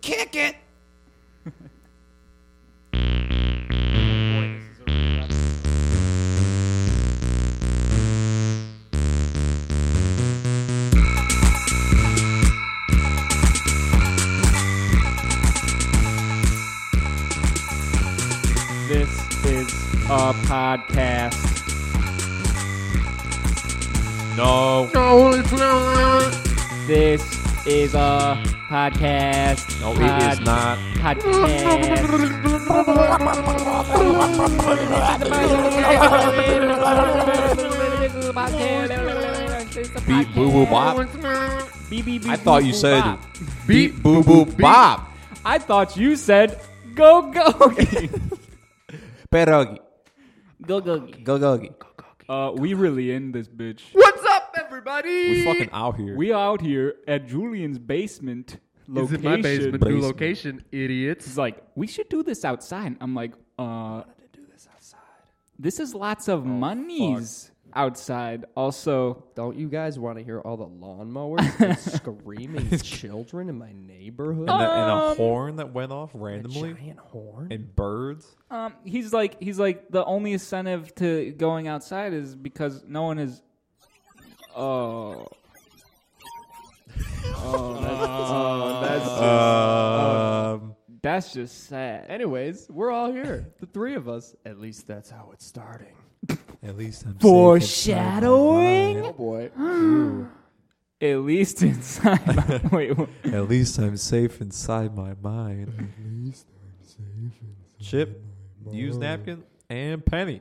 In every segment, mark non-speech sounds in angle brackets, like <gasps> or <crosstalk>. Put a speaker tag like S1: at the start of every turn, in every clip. S1: Kick it.
S2: Boy, this is a really rough- This is a podcast.
S3: No.
S2: This is a podcast.
S3: No, it is not.
S2: Podcast.
S3: Beat boo boo bop. I thought you said beat
S4: Beep,
S3: boo boo bop.
S2: I thought you said go go. <laughs>
S3: Pierogi.
S2: Go go.
S3: Go gogi.
S2: Uh, we really in this bitch.
S4: What's up, everybody?
S3: We fucking out here.
S2: We out here at Julian's basement
S4: This
S2: location.
S4: is my basement, new
S3: Basement.
S4: location, idiots.
S2: He's like, we should do this outside. I'm like, uh, this is lots
S4: Oh,
S2: of monies outside. Also,
S5: Don't you guys want to hear all the
S2: <laughs>
S5: lawnmowers and screaming children in my neighborhood?
S2: Oh.
S3: and, a, and a horn that went off randomly.
S5: Giant horn.
S3: And birds.
S2: um, he's like, he's like, the only incentive to going outside is because no one is. Oh,
S3: Um,
S2: that's just sad.
S5: Anyways, we're all here, the three of us. At least that's how it's starting.
S3: at least I'm
S2: Foreshadowing?
S5: Oh boy.
S2: At least <laughs> inside. wait, wait.
S3: At least I'm safe inside my mind. At least I'm safe inside Chip, use napkin and penny.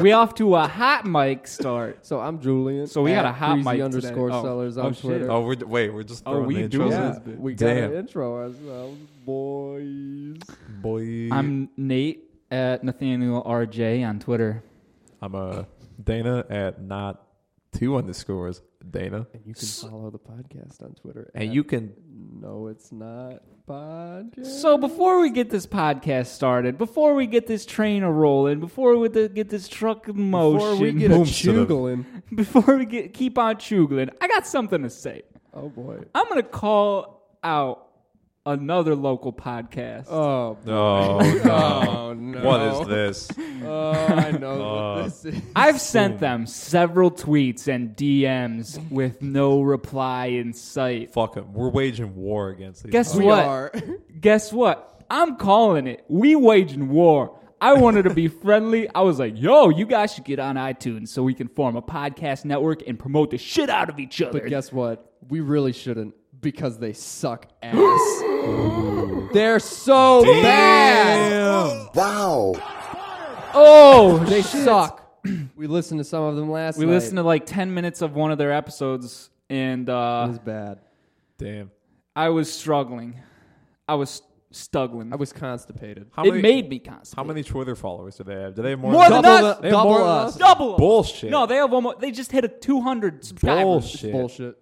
S2: we off to a hot mic start.
S5: <gasps> So I'm Julian.
S2: So we got
S5: at
S2: a hot
S5: Breezy
S2: mic today.
S5: underscore
S2: Oh.
S5: sellers
S2: Oh,
S5: on
S2: shit.
S5: Twitter.
S3: Oh, we're d- wait, we're just
S2: Oh,
S3: throwing
S2: we
S3: the
S2: do
S3: intros
S2: this
S5: yeah,
S3: in?
S2: bitch.
S5: we got
S3: Damn.
S5: to intro ourselves, boys.
S3: Boy,
S2: I'm Nate at Nathaniel RJ on Twitter.
S3: I'm a Dana at not two underscores Dana,
S5: And you can follow the podcast on Twitter.
S3: and
S5: at
S3: you can
S5: no, it's not podcast.
S2: So before we get this podcast started, before we get this train a rolling, before we th- get this truck in motion,
S5: Before we get a
S3: Booms to the-
S5: chugling.
S2: <laughs> before we get keep on chugling, I got something to say.
S5: Oh boy.
S2: I'm gonna call out another local podcast.
S5: Oh.
S3: Oh no!
S5: Oh no.
S3: what is this?
S5: Oh, I know
S2: Oh.
S5: what this is.
S2: I've sent them several tweets and DMs with no reply in sight.
S3: Fuck 'em. We're waging war against these.
S2: Guess
S5: We
S2: what?
S5: are. <laughs>
S2: Guess what? I'm calling it. We waging war. I wanted
S3: <laughs>
S2: to be friendly. I was like, yo, you guys should get on iTunes so we can form a podcast network and promote the shit out of each other.
S5: But guess what? We really shouldn't because they suck <gasps> ass. They're so bad.
S3: Damn!
S2: <laughs>
S3: <laughs>
S2: oh,
S5: They
S2: they
S5: suck. <clears throat> we listened to some of them last
S2: We
S5: night.
S2: listened to like 10 minutes of one of their episodes, and
S5: It
S2: uh,
S5: was bad.
S3: Damn!
S2: I was struggling. I was struggling.
S5: I was constipated.
S3: How
S2: it
S3: many?
S2: made me constantly.
S3: how many Twitter followers do they have? Do they have more?
S2: More than us.
S3: They have
S5: double
S3: more than
S5: us.
S2: Double.
S3: Bullshit.
S2: No, they have almost. They just hit a 200 subscribers.
S3: Bullshit.
S5: Bullshit.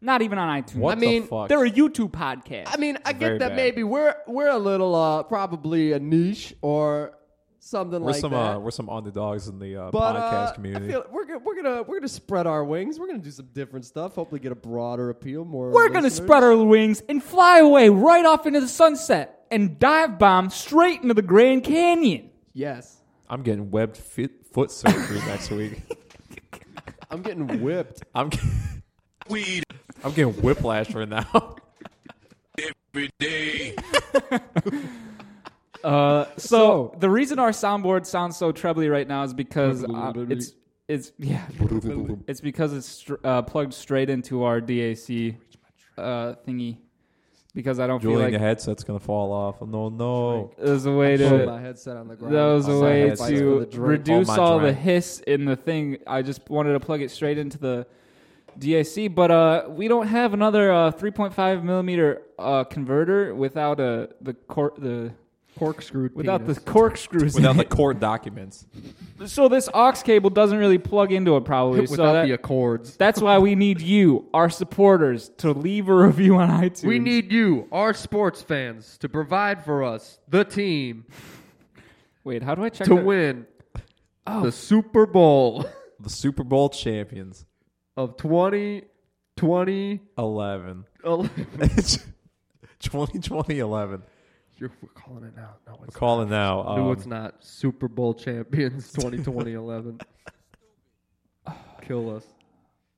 S2: Not even on iTunes.
S3: What
S5: I mean,
S3: the fuck?
S2: They're a YouTube podcast.
S5: I mean, I
S3: very
S5: get that
S3: bad.
S5: maybe we're we're a little uh probably a niche or something
S3: we're
S5: like
S3: some
S5: that.
S3: uh, we're some underdogs in the uh,
S5: but
S3: podcast
S5: uh,
S3: community.
S5: I feel we're gonna, we're gonna we're gonna spread our wings. We're gonna do some different stuff. Hopefully, get a broader appeal. More.
S2: We're going to
S5: listeners.
S2: spread our wings and fly away right off into the sunset and dive bomb straight into the Grand Canyon.
S5: Yes,
S3: I'm getting webbed fit, foot surgery next week. <laughs>
S5: I'm getting <laughs> whipped.
S3: I'm get- I'm getting whiplash right now. <laughs>
S2: So,
S5: So-
S2: Uh, the reason our soundboard sounds so trebly right now is because uh, it's it's yeah it's because it's str- uh, plugged straight into our DAC uh, thingy because I don't
S3: Julian,
S2: feel
S3: the
S2: like
S3: headset's gonna fall off. No, no.
S2: there's a way
S5: Put
S2: to
S5: my headset on the ground.
S2: that was a
S5: I'll
S2: way
S5: sacrifice for
S2: to
S5: the drink.
S2: reduce
S3: Oh, my
S2: all the
S3: drink.
S2: hiss in the thing. I just wanted to plug it straight into the DAC, but uh, we don't have another uh, 3.5 millimeter uh, converter without uh, the cor- the
S5: corkscrew
S2: without the corkscrews.
S3: Without
S2: <laughs>
S3: the court documents.
S2: so this aux cable doesn't really plug into it probably. so
S5: without
S2: that-
S5: the uh, accords.
S2: that's why we need you, our supporters, to leave a review on iTunes.
S4: We need you, our sports fans, to provide for us the team
S5: <laughs>
S2: Wait, how do I check
S4: to
S2: that?
S5: Oh.
S4: win the Super Bowl.
S3: the Super Bowl champions.
S5: of 2020.
S3: <laughs> 11.
S5: Oh,
S3: 2020 11.
S5: <laughs> You're we're calling it now. No,
S3: We're
S5: it's
S3: calling now.
S5: not. no, it's
S3: um,
S5: not. Super Bowl <laughs> champions 2020 <sighs> 11. Kill us.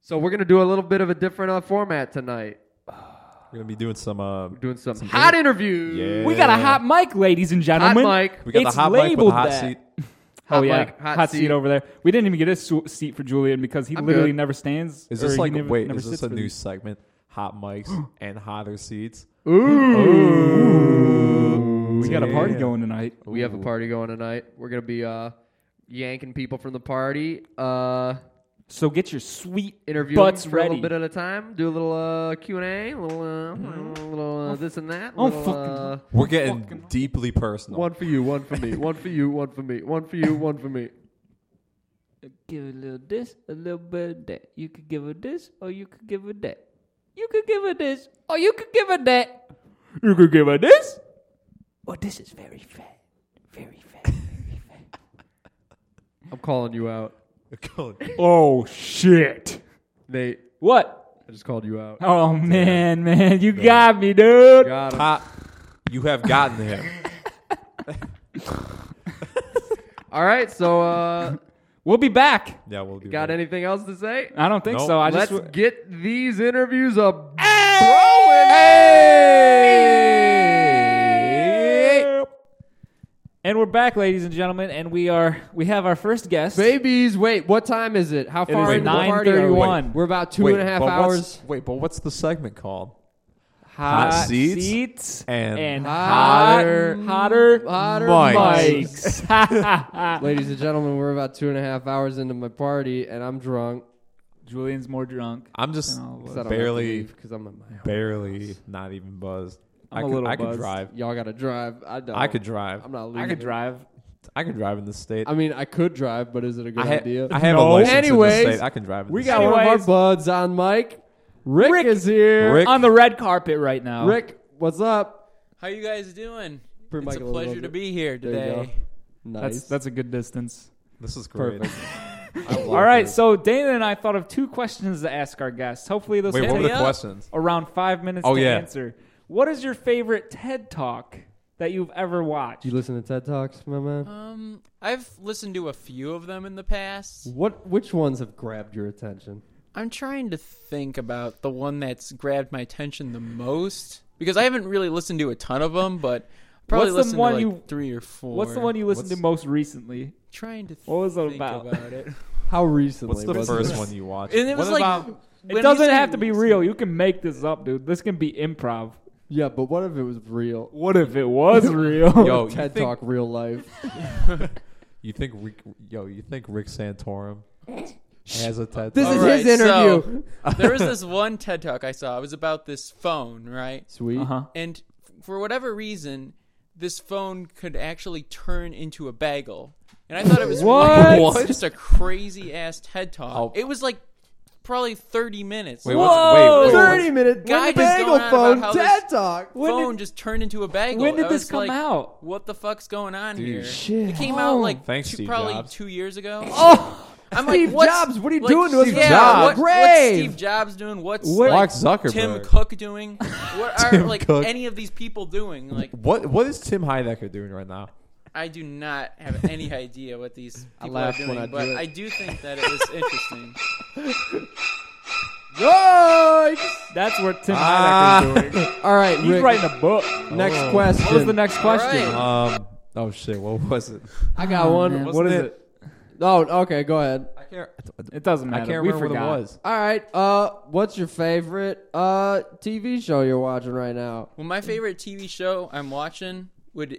S5: So we're gonna do a little bit of a different uh, format tonight.
S3: We're going to be doing some. Uh,
S5: We're doing some, hot interviews.
S3: yeah.
S2: We got a hot mic, ladies and
S5: Hot
S2: gentlemen.
S5: mic.
S3: We got
S2: It's
S3: the hot mic with the
S2: labeled
S3: hot
S2: that.
S3: seat.
S2: Oh
S5: Hot
S2: yeah,
S5: mic, hot
S2: hot, seat.
S5: seat.
S2: over there. We didn't even get a su- seat for Julian because he
S5: I'm
S2: literally
S5: good.
S2: never stands.
S3: Is
S2: or
S3: this
S2: he
S3: like
S2: never,
S3: wait?
S2: never
S3: Is this
S2: sits
S3: a
S2: for
S3: new
S2: these.
S3: segment? Hot
S2: <gasps>
S3: mics and hotter seats.
S2: We got a party
S3: Damn.
S2: going tonight.
S5: We have a party going tonight. We're gonna be uh, yanking people from the party. Uh,
S2: So get your sweet
S5: interview
S2: butts
S5: for a
S2: ready.
S5: little bit at a time. Do a little uh, Q and A, a little, uh, a little uh, this and that.
S2: Oh,
S5: little, uh,
S2: fucking-
S3: We're getting deeply personal.
S5: <laughs>
S3: <laughs>
S5: one for you, one for me, one for you, one for me, one for you, one for me.
S1: give a little this, a little bit of that. You could give her this, or you could give her that. You could give her this, or oh, you could give her that.
S2: you could give her this.
S1: Or this is very fat, very fat.
S5: I'm calling you out,
S2: Oh shit!
S5: Nate.
S2: What?
S5: I just called you out.
S2: Oh man, man, you got me, dude.
S5: Got him.
S3: Hot. You have gotten
S2: <laughs>
S3: him.
S5: All right, so uh,
S2: We'll be back.
S3: Yeah, we'll do.
S5: got
S3: that.
S5: anything else to say?
S2: I don't think
S3: Nope.
S2: so. I
S5: Let's
S2: just w-
S5: get these interviews up.
S2: Hey! And we're back, ladies and gentlemen, and we are we have our first guest.
S6: Babies, wait, what time is it? How far
S2: is
S6: into the party are you?
S2: 9:31.
S6: We're about two and a half
S3: but what's-
S6: hours.
S3: Wait, but what's the segment called?
S2: Hot,
S3: Hot seats
S2: seats
S3: and
S2: hotter,
S6: hotter Hotter
S2: hotter,
S3: mics.
S6: <laughs>
S2: mics. <laughs>
S6: Ladies and gentlemen, we're about two and a half hours into my party, and I'm drunk.
S2: Julian's more drunk.
S3: I'm just
S2: No,
S6: Cause I don't
S3: Barely.
S6: because I'm at my house.
S3: barely, not even buzzed.
S2: I'm
S3: I
S2: a
S3: could,
S2: little
S3: I could
S2: buzzed.
S3: drive.
S6: Y'all gotta drive. I don't.
S3: I could drive.
S6: I'm not leaving.
S2: I could drive.
S3: I could drive in this state.
S6: I mean, I could drive, but is it a good
S3: I, ha-
S6: idea?
S3: I have a
S2: No.
S3: license in this
S6: Anyways,
S3: state. I can drive. In
S6: we
S3: this
S6: got
S3: state.
S6: one of our
S2: Anyways.
S6: buds on mic. Rick,
S2: Rick.
S6: is here. Uh,
S3: Rick.
S2: On the red carpet right now.
S6: Rick, what's up?
S7: How you guys doing?
S6: Bring Mike
S7: it's
S6: a
S7: a
S6: little
S7: pleasure to
S6: bit.
S7: be here
S6: There you go.
S7: today.
S6: Nice.
S2: that's that's a good distance.
S3: This is great.
S6: perfect. I love
S2: All right,
S6: it.
S2: so Dana and I thought of two questions to ask our guests. Hopefully, those
S3: Wait,
S2: will
S3: what were
S2: take
S3: the questions?
S2: around five minutes
S3: Oh,
S2: to
S3: yeah.
S2: answer. What is your favorite TED Talk that you've ever watched?
S6: Do you listen to TED Talks, my man?
S7: Um, I've listened to a few of them in the past.
S6: What? Which ones have grabbed your attention?
S7: I'm trying to think about the one that's grabbed my attention the most because I haven't really listened to a ton of them, but
S2: <laughs>
S7: probably
S2: What's the
S7: listened
S2: one
S7: to like
S2: you-
S7: three or four.
S2: What's the one you listened to
S3: What's-
S2: most recently?
S7: trying to? Th-
S2: What was it
S7: think
S2: about? <laughs>
S7: it? and
S6: How recently?
S3: What's the
S6: was
S3: first
S6: it?
S5: <laughs>
S3: one you watched?
S7: it was
S3: What
S7: like
S3: about-
S7: when
S2: it
S7: we
S2: doesn't
S7: say
S2: have to be
S7: recent-
S2: real. You can make this up, dude. This can be improv.
S6: Yeah, but what if it was real?
S3: <laughs>
S2: What if it <laughs> was real?
S3: Yo, you
S6: <laughs> TED
S3: think-
S6: Talk, real life.
S3: You think Rick, yo, you think Rick Santorum has a TED
S6: This
S3: Talk?
S6: is
S7: All
S6: his
S7: right, so-
S6: interview.
S7: <laughs> there was this one TED talk I saw. It was about this phone, right?
S6: Sweet.
S2: Uh huh.
S7: And f- for whatever reason, this phone could actually turn into a bagel. And I thought it was
S2: What?
S7: really cool. It's <laughs> just a crazy ass TED talk.
S3: Oh.
S7: It was like probably 30 minutes.
S3: Wait,
S7: The
S3: what's, wait,
S2: Whoa!
S3: wait, what's-
S6: Thirty minute guy
S7: Guy just going
S6: bagel
S7: on about
S6: phone
S7: how
S6: TED
S7: this-
S6: Talk.
S2: When
S7: phone just turned into a bagel.
S2: when did
S7: I
S2: this
S7: was
S2: come
S7: like,
S2: out?
S7: What the fuck's going on
S3: Dude,
S7: here?
S6: shit.
S7: It came out like
S3: Thanks,
S7: two,
S3: Steve
S7: probably
S3: Jobs.
S7: two
S2: <laughs>
S7: years ago.
S6: Oh,
S7: I'm like,
S6: Steve
S7: what's-
S6: Jobs, what are you
S7: like,
S6: doing to us?
S7: Steve
S6: with
S7: yeah,
S6: Jobs?
S7: What, what's
S6: Grave.
S7: Steve Jobs doing? What's
S2: What-
S7: like,
S3: Mark Zuckerberg.
S7: Tim Cook doing? What are
S3: Tim
S7: like
S3: Cook.
S7: any of these people doing? Like,
S3: What what is Tim Heidecker doing right now?
S7: I do not
S6: <laughs>
S7: have any idea what these people
S6: laugh
S7: are doing,
S6: when I do
S7: but
S6: it.
S7: I do think that it was
S6: <laughs>
S7: interesting.
S2: That's what Tim
S3: Ah.
S2: Heidecker's
S5: <laughs>
S2: doing.
S6: All right,
S2: He's
S6: Rick.
S2: writing a book.
S6: Next
S3: Oh.
S6: question.
S2: What was the next
S7: All
S2: question?
S7: right.
S3: Um, <laughs> oh shit, what was it?
S6: I got one.
S3: Wasn't
S6: What is it? Oh, okay. Go ahead.
S3: I can't.
S2: It doesn't
S3: I
S2: matter.
S3: can't
S2: we
S3: remember what it
S2: forgot.
S3: was.
S6: All right. Uh, what's your favorite uh TV show you're watching right now?
S7: Well, my favorite TV show I'm watching would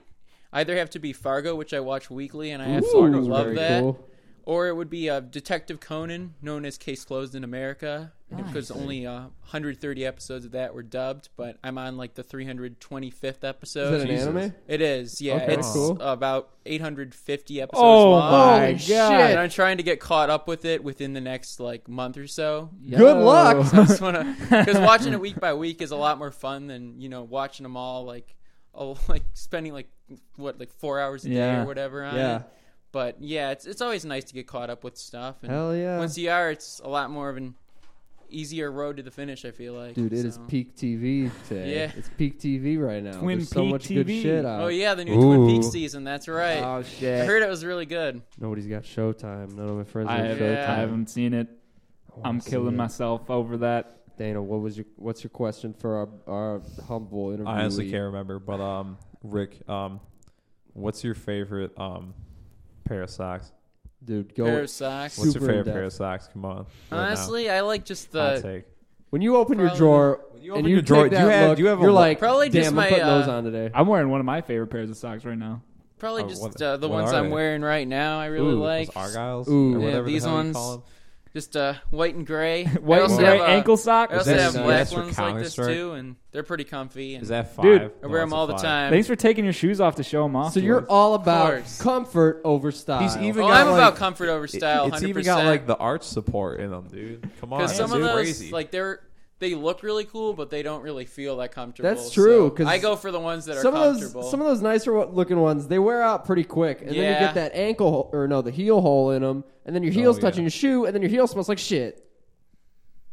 S7: either have to be Fargo, which I watch weekly, and I absolutely
S6: Ooh,
S7: love
S6: very
S7: that,
S6: cool.
S7: or it would be uh, Detective Conan, known as Case Closed in America, because only uh, 130 episodes of that were dubbed, but I'm on like the 325th
S6: Is
S7: episode.
S6: that an anime?
S7: It is, yeah.
S6: Okay,
S7: it's
S6: cool.
S7: about 850 episodes
S2: Oh
S7: long.
S2: my
S6: Holy shit.
S2: god!
S7: and I'm trying to get caught up with it within the next like month or so.
S6: Good luck.
S7: <laughs> So I just want
S2: <laughs>
S7: to because watching it week by week is a lot more fun than you know watching <laughs> them all like oh like spending like what like four hours a day
S2: Yeah.
S7: or whatever on
S6: Yeah.
S7: it. But yeah, it's it's always nice to get caught up with stuff. And
S5: Hell yeah.
S7: Once you are, it's a lot more of an easier road to the finish. I feel like,
S5: Dude, it is
S7: so.
S5: peak TV today.
S7: Yeah.
S5: It's peak TV right now.
S2: Twin
S5: There's so
S2: peak
S5: much good
S2: TV.
S5: shit out.
S7: Oh yeah, the new Twin Peaks
S3: Ooh.
S7: season. That's right.
S5: Oh
S7: I
S5: shit.
S7: heard it was really good.
S5: Nobody's got Showtime. None of my friends
S2: I, have,
S5: have Showtime.
S2: I haven't seen it.
S5: I wanna
S2: I'm
S5: see
S2: killing
S5: it.
S2: myself over that.
S5: Dana, what was your what's your question for our our humble interview?
S3: I honestly can't remember, but um, Rick, um, what's your favorite um pair of socks?
S5: Dude, go.
S7: Pair of socks.
S3: What's
S5: Super
S3: your favorite
S5: in-depth.
S3: pair of socks? Come on,
S7: Honestly, I like just
S3: right now. Hot
S7: the
S3: take.
S5: when you open your
S7: Probably-
S5: drawer
S3: you
S5: and
S3: open
S5: you
S3: your
S5: take
S3: drawer, do
S5: that
S3: you have-
S5: look,
S3: do you have a
S5: you're
S3: look?
S5: like,
S7: Probably
S5: damn,
S7: just
S5: I'm
S7: my,
S5: putting those
S7: uh,
S5: on today.
S2: I'm wearing one of my favorite pairs of socks right now.
S7: probably
S3: Oh,
S7: just
S3: what-
S7: uh, the
S3: what
S7: ones
S3: are
S7: I'm
S3: they?
S7: wearing right now. I really
S3: Ooh, those
S7: like
S3: Argyles.
S5: Ooh. Yeah,
S3: or whatever
S7: these
S3: the hell you
S7: ones.
S3: call 'em.
S7: just uh, white
S3: <laughs>
S7: and gray. I
S2: White
S7: also
S2: and
S7: have,
S2: gray
S7: uh,
S2: ankle sock.
S7: I also
S3: that
S7: have
S3: CS
S7: black
S3: for
S7: ones like this
S3: Counter-Strike?
S7: too, and they're pretty comfy. And
S3: Is that five?
S2: Dude,
S7: I wear
S3: No,
S7: them
S3: it's a
S7: all the
S3: five.
S7: time.
S2: Thanks for taking your shoes off to show them off.
S5: so
S2: to
S5: you're
S2: us.
S5: all about
S7: course.
S5: comfort over style.
S3: He's even
S7: Oh,
S3: got
S7: I'm
S3: like,
S7: about comfort over style.
S3: It's
S7: 100%.
S3: even got like the arch support in them, dude. Come on,
S7: Because some
S3: that's
S7: of those,
S3: crazy.
S7: like they're they look really cool, but they don't really feel that comfortable.
S5: That's true,
S7: So
S5: 'cause
S7: I go for the ones that are
S5: some of
S7: comfortable.
S5: those some of those nicer wa- looking ones they wear out pretty quick, and then you
S7: Yeah.
S5: get that ankle hole, or no, the heel hole in them, and then your heels
S3: Oh, yeah.
S5: touching your shoe, and then your heel smells like shit.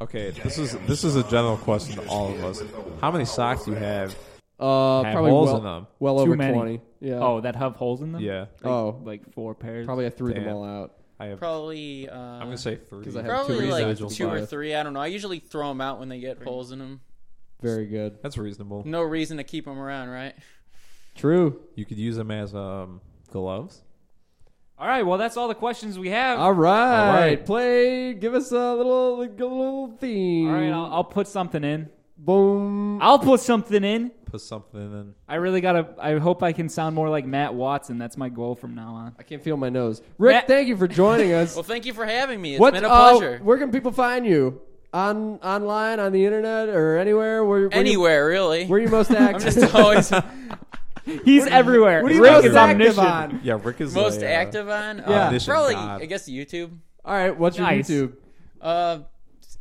S3: okay, this is this is a general question to all of us. How many socks do you have?
S5: Uh,
S3: Have
S5: probably
S3: holes
S5: well,
S3: in 'em.
S5: well
S2: Too
S5: over
S2: many.
S5: twenty. Yeah.
S2: Oh, that have holes in them.
S3: Yeah,
S2: Like,
S5: Oh.
S2: like four pairs.
S5: probably I threw them
S3: Damn.
S5: all out.
S3: I have.
S7: probably uh, I'm
S3: I'm gonna say three.
S5: 'Cause I have
S7: probably
S5: two
S7: like
S5: residual
S7: two or
S5: bias.
S7: three. I don't know. I usually throw them out when they get holes in them.
S5: Very good.
S3: That's reasonable.
S7: No reason to keep them around, right?
S5: True.
S3: You could use them as um gloves.
S2: All right. Well, that's all the questions we have.
S5: All right.
S3: All right.
S5: Play. Give us a little, like, a little theme.
S2: All right, I'll, I'll put something in.
S5: Boom.
S2: I'll put something in.
S3: Put something in.
S2: I really gotta. I hope I can sound more like Matt Watson. That's my goal from now on.
S5: I can't feel my nose. Rick,
S2: Matt-
S5: thank you for joining us.
S7: <laughs> Well, thank you for having me. It's
S5: What-
S7: been a
S5: uh,
S7: pleasure.
S5: where can people find you? On online, on the internet, or anywhere? Where, where
S7: Anywhere, really.
S5: You, where you most
S7: <laughs> I'm
S5: active? <laughs>
S7: just always <laughs>
S2: He's everywhere.
S5: what are you
S2: Rick
S5: most
S2: is
S5: active
S2: omniscient.
S5: on?
S3: Yeah, Rick is
S7: most
S3: a, uh,
S7: active on. Uh,
S5: Yeah.
S3: Audition
S7: probably
S3: God.
S7: I guess YouTube.
S5: All right. What's your
S2: Nice.
S5: YouTube?
S7: Uh,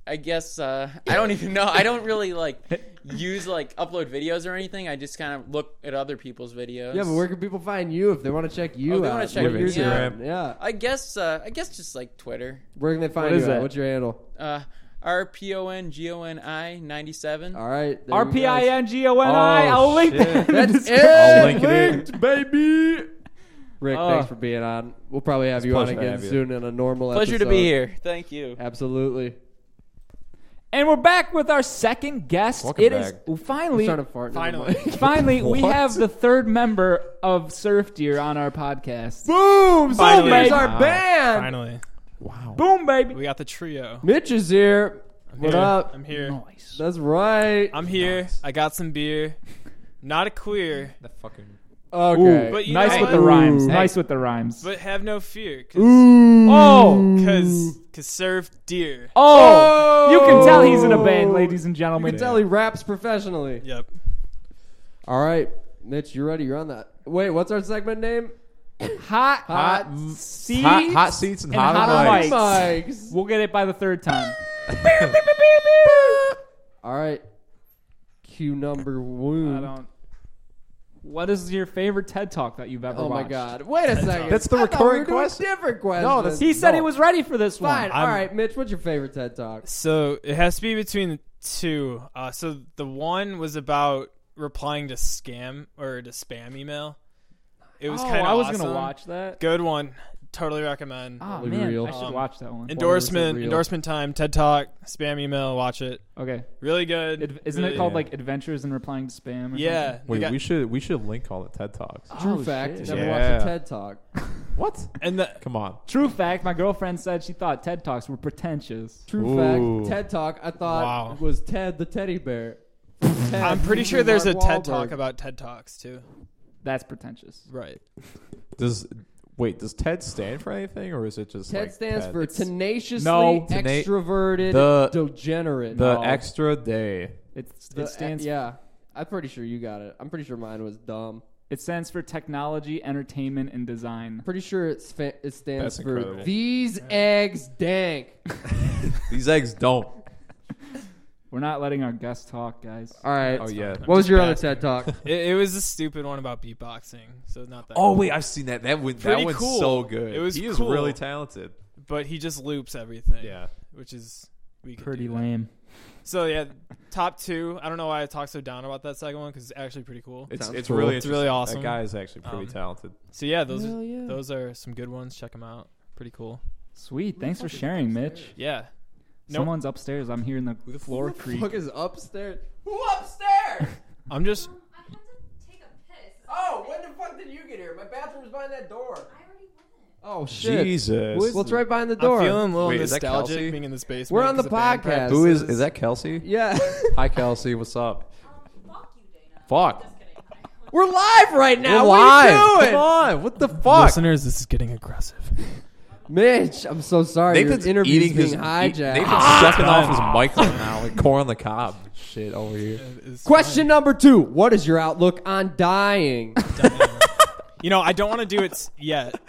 S7: I guess uh, I don't even know. I don't really like use like upload videos or anything. I just kind of look at other people's videos.
S5: Yeah, but where can people find you if they want to check you
S7: Oh, they wanna
S5: out?
S7: check
S5: what
S7: me
S5: you're
S7: out.
S5: doing. Yeah.
S7: I guess uh, I guess just like Twitter.
S5: Where can they find
S2: What is
S5: you? at?
S2: that?
S5: What's your handle?
S7: Uh, R P O N G O N I ninety seven.
S5: All right. there
S2: R
S5: you
S2: P I
S5: guys.
S2: N G O N I.
S3: Oh,
S2: I'll link
S3: shit.
S2: that. in the
S5: That's
S2: description.
S5: it.
S3: I'll link it. in.
S5: baby. Ah. Rick,
S2: Oh.
S5: thanks for being on. We'll probably have you on
S3: pleasure to
S5: again
S3: have you.
S5: soon in a normal
S7: Pleasure to
S5: episode.
S7: be here. Thank you.
S5: Absolutely.
S2: And we're back with our second guest.
S3: Welcome
S2: It is
S3: back.
S5: I'm
S2: finally.
S5: trying to
S2: <laughs>
S5: fart. Finally.
S2: Finally, we
S3: What?
S2: have the third member of Surf Deer on our podcast.
S5: Boom!
S8: Finally.
S5: Zombies are
S8: Wow.
S5: banned!
S8: Finally,
S3: Wow.
S2: Boom, baby.
S8: we got the trio.
S5: Mitch is here.
S8: I'm
S5: What
S8: here.
S5: up?
S8: I'm here.
S2: Nice.
S5: That's right.
S8: I'm here. I got some beer. Not a queer,
S3: That fucking.
S5: Okay.
S2: Ooh,
S8: But you know
S2: nice with
S8: what?
S2: the rhymes.
S5: Ooh.
S2: Nice with the rhymes.
S8: but have no fear,
S5: Ooh.
S2: Oh,
S8: cause, cause serve deer.
S2: oh! You can tell he's in a band,
S5: Oh.
S2: ladies and
S5: You
S2: gentlemen.
S5: can tell he raps professionally.
S8: Yep.
S5: All right, Mitch, you're ready. You're on that. Wait, what's our segment name?
S2: hot,
S5: Hot
S2: hot seats,
S3: Hot, hot seats and,
S2: and
S3: hot,
S2: hot
S3: mics.
S2: mics.
S5: Mike's.
S2: We'll get it by the third <laughs> time.
S5: All right. Cue number one.
S2: I don't. What is your favorite TED talk that you've ever
S5: Oh
S2: watched?
S5: my God! Wait a second.
S3: That's the
S5: I thought we were
S3: recurring
S5: doing
S3: question.
S5: Different question.
S3: No, that's-
S2: He said
S3: No.
S2: he was ready for this
S5: fine.
S2: one.
S5: All
S8: I'm-
S5: right, Mitch. What's your favorite TED talk?
S8: So it has to be between the two. Uh, so the one was about replying to scam or to spam email. It was
S2: oh,
S8: kind of.
S2: I was
S8: awesome.
S2: gonna watch that.
S8: Good one. Totally recommend.
S2: Oh
S5: Totally
S2: man,
S5: real.
S2: I should
S8: Um,
S2: watch that one.
S8: endorsement.
S5: real.
S8: Endorsement time. TED Talk. Spam email. Watch it.
S2: Okay,
S8: Really good.
S2: Ad- isn't
S8: really-
S2: it called like Adventures in Replying to Spam? Or
S8: Yeah.
S2: something?
S8: we
S3: Wait,
S8: got-
S3: we should we should link all the TED talks.
S5: True
S2: Oh,
S5: fact.
S2: shit.
S5: Never
S3: Yeah.
S5: watched a TED talk.
S3: What?
S8: and the
S3: Come on.
S2: True fact, my girlfriend said she thought TED talks were pretentious.
S5: True
S3: Ooh.
S5: fact. TED talk. I thought
S8: Wow.
S5: was Ted the teddy bear.
S8: I'm
S5: Ted,
S8: pretty
S5: he's
S8: sure there's a
S5: Mark
S8: TED
S5: Wahlberg.
S8: Talk about TED Talks too.
S2: That's pretentious.
S8: Right.
S3: Does wait? Does TED stand for anything, or is it just
S5: TED
S3: like
S5: stands
S3: TED?
S5: for tenaciously
S2: No.
S3: Tena-
S5: extroverted
S3: the-
S5: degenerate.
S3: the
S2: No.
S3: extra day?
S2: It's,
S5: The-
S2: it stands.
S5: Yeah, I'm pretty sure you got it. I'm pretty sure mine was dumb.
S2: It stands for Technology, Entertainment, and Design.
S5: Pretty sure it's fa- it stands
S3: That's
S5: for
S3: incredible.
S5: these eggs dank.
S3: These eggs don't.
S2: We're not letting our guests talk, guys.
S4: All right.
S3: Oh yeah.
S4: What was your other TED
S8: Bastard.
S4: talk?
S8: It, it was a stupid one about beatboxing, so not that.
S3: Oh wait, I've seen that. That went. That
S8: Pretty
S3: one's
S8: cool.
S3: so good.
S8: It was
S3: he is
S8: cool.
S3: really talented.
S8: but he just loops everything. which is we could
S2: Pretty
S8: do that.
S2: lame.
S8: So yeah, top two. I don't know why I talked so down about that second one because it's actually pretty cool.
S3: It's
S4: Sounds
S3: it's
S4: cool.
S3: really
S8: It's really
S3: interesting.
S8: awesome.
S3: That guy is actually pretty
S8: Um,
S3: talented.
S8: So yeah, those are,
S2: Hell yeah.
S8: those are some good ones. Check them out. Pretty cool.
S2: Sweet. Thanks for sharing, Mitch.
S8: Yeah. Nope.
S2: Someone's upstairs. I'm hearing the floor creak. <laughs>
S5: Fuck is upstairs.
S7: Who
S3: <laughs>
S7: upstairs?
S8: I'm just
S9: I had to take a piss.
S4: oh, when the fuck did you get here? My bathroom's behind that door.
S9: I already went.
S5: Oh shit.
S3: Jesus.
S5: Well, it's right behind the
S8: I'm
S5: door.
S8: feeling a little
S3: Wait, is that Kelsey?
S8: nostalgic being in this basement.
S5: We're on
S8: 'cause
S5: the
S8: band practice.
S5: podcast.
S3: Who is is that? Kelsey? <laughs>
S5: yeah. <laughs>
S3: Hi, Kelsey. What's up?
S9: Um, fuck you, Dana.
S3: Fuck.
S9: Just kidding.
S5: We're live right now.
S3: We're
S5: What are
S3: live.
S5: you doing?
S3: Come on. What the fuck?
S8: Listeners, this is getting aggressive.
S5: Mitch, I'm so sorry.
S3: Nathan's
S5: Your interview's
S3: eating
S5: being
S3: his- e-,
S5: hijacked. Ah!
S3: Nathan's sucking off his mic right now,
S5: <laughs>
S3: like corn on the cob. Shit over here. <laughs>
S8: It's
S5: Question number two. What is your outlook on
S3: <laughs>
S5: dying?
S8: fine. You know, I don't want to do it s- yet.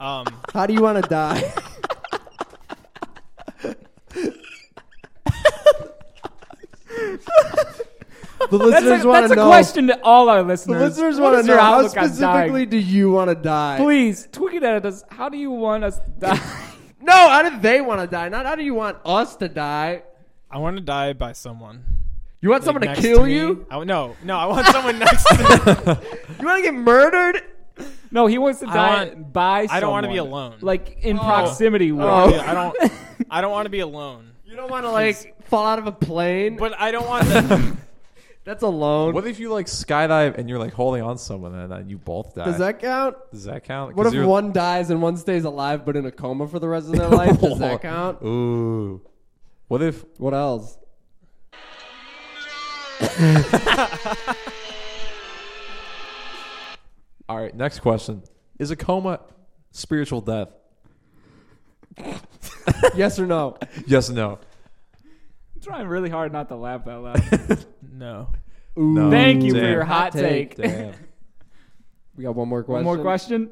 S8: Um,
S5: How do you want to
S3: <laughs>
S5: die? the listeners want
S2: that's
S5: to
S2: a
S5: know.
S2: question to all our
S5: The
S2: listeners.
S5: listeners
S2: What
S5: want to
S2: is your
S5: know how
S2: outlook on
S5: specifically
S2: dying?
S5: do you want to die?
S2: Please tweet at us. How do you want us to die?
S5: No, how do they want to die? Not how do you want us to die?
S8: I want to die by someone.
S5: You want
S8: Like,
S5: someone to
S8: next
S5: kill
S8: me.
S5: you?
S8: I w- no, no, I want someone next to me.
S5: <laughs> You want to get murdered?
S2: no, he wants to die
S8: want-
S2: by. Someone.
S8: I don't wanna be alone.
S2: Like in proximity. with-
S5: Oh.
S2: <laughs>
S8: I don't. I don't want to be alone.
S5: You don't want to like fall out of a plane?
S8: But I don't
S2: <laughs>
S8: want to.
S5: That's alone.
S3: What if you like skydive and you're like holding on to someone and uh, you both die?
S5: Does that count?
S3: Does that count?
S5: What
S3: 'Cause
S5: if
S3: you're- <laughs>
S5: one dies and one stays alive but in a coma for the rest of <laughs> their life?
S3: <laughs>
S5: Does that count? <laughs>
S3: Ooh. What if
S5: What else?
S3: All right, next question. Is a coma spiritual death?
S5: Yes or no?
S3: Yes and no.
S2: I'm trying really hard not to laugh that
S5: <laughs>
S2: loud.
S8: no.
S3: No.
S2: Thank you for
S3: Damn.
S2: your hot
S5: Take.
S2: take.
S3: Damn.
S5: We got one more question.
S2: One more question.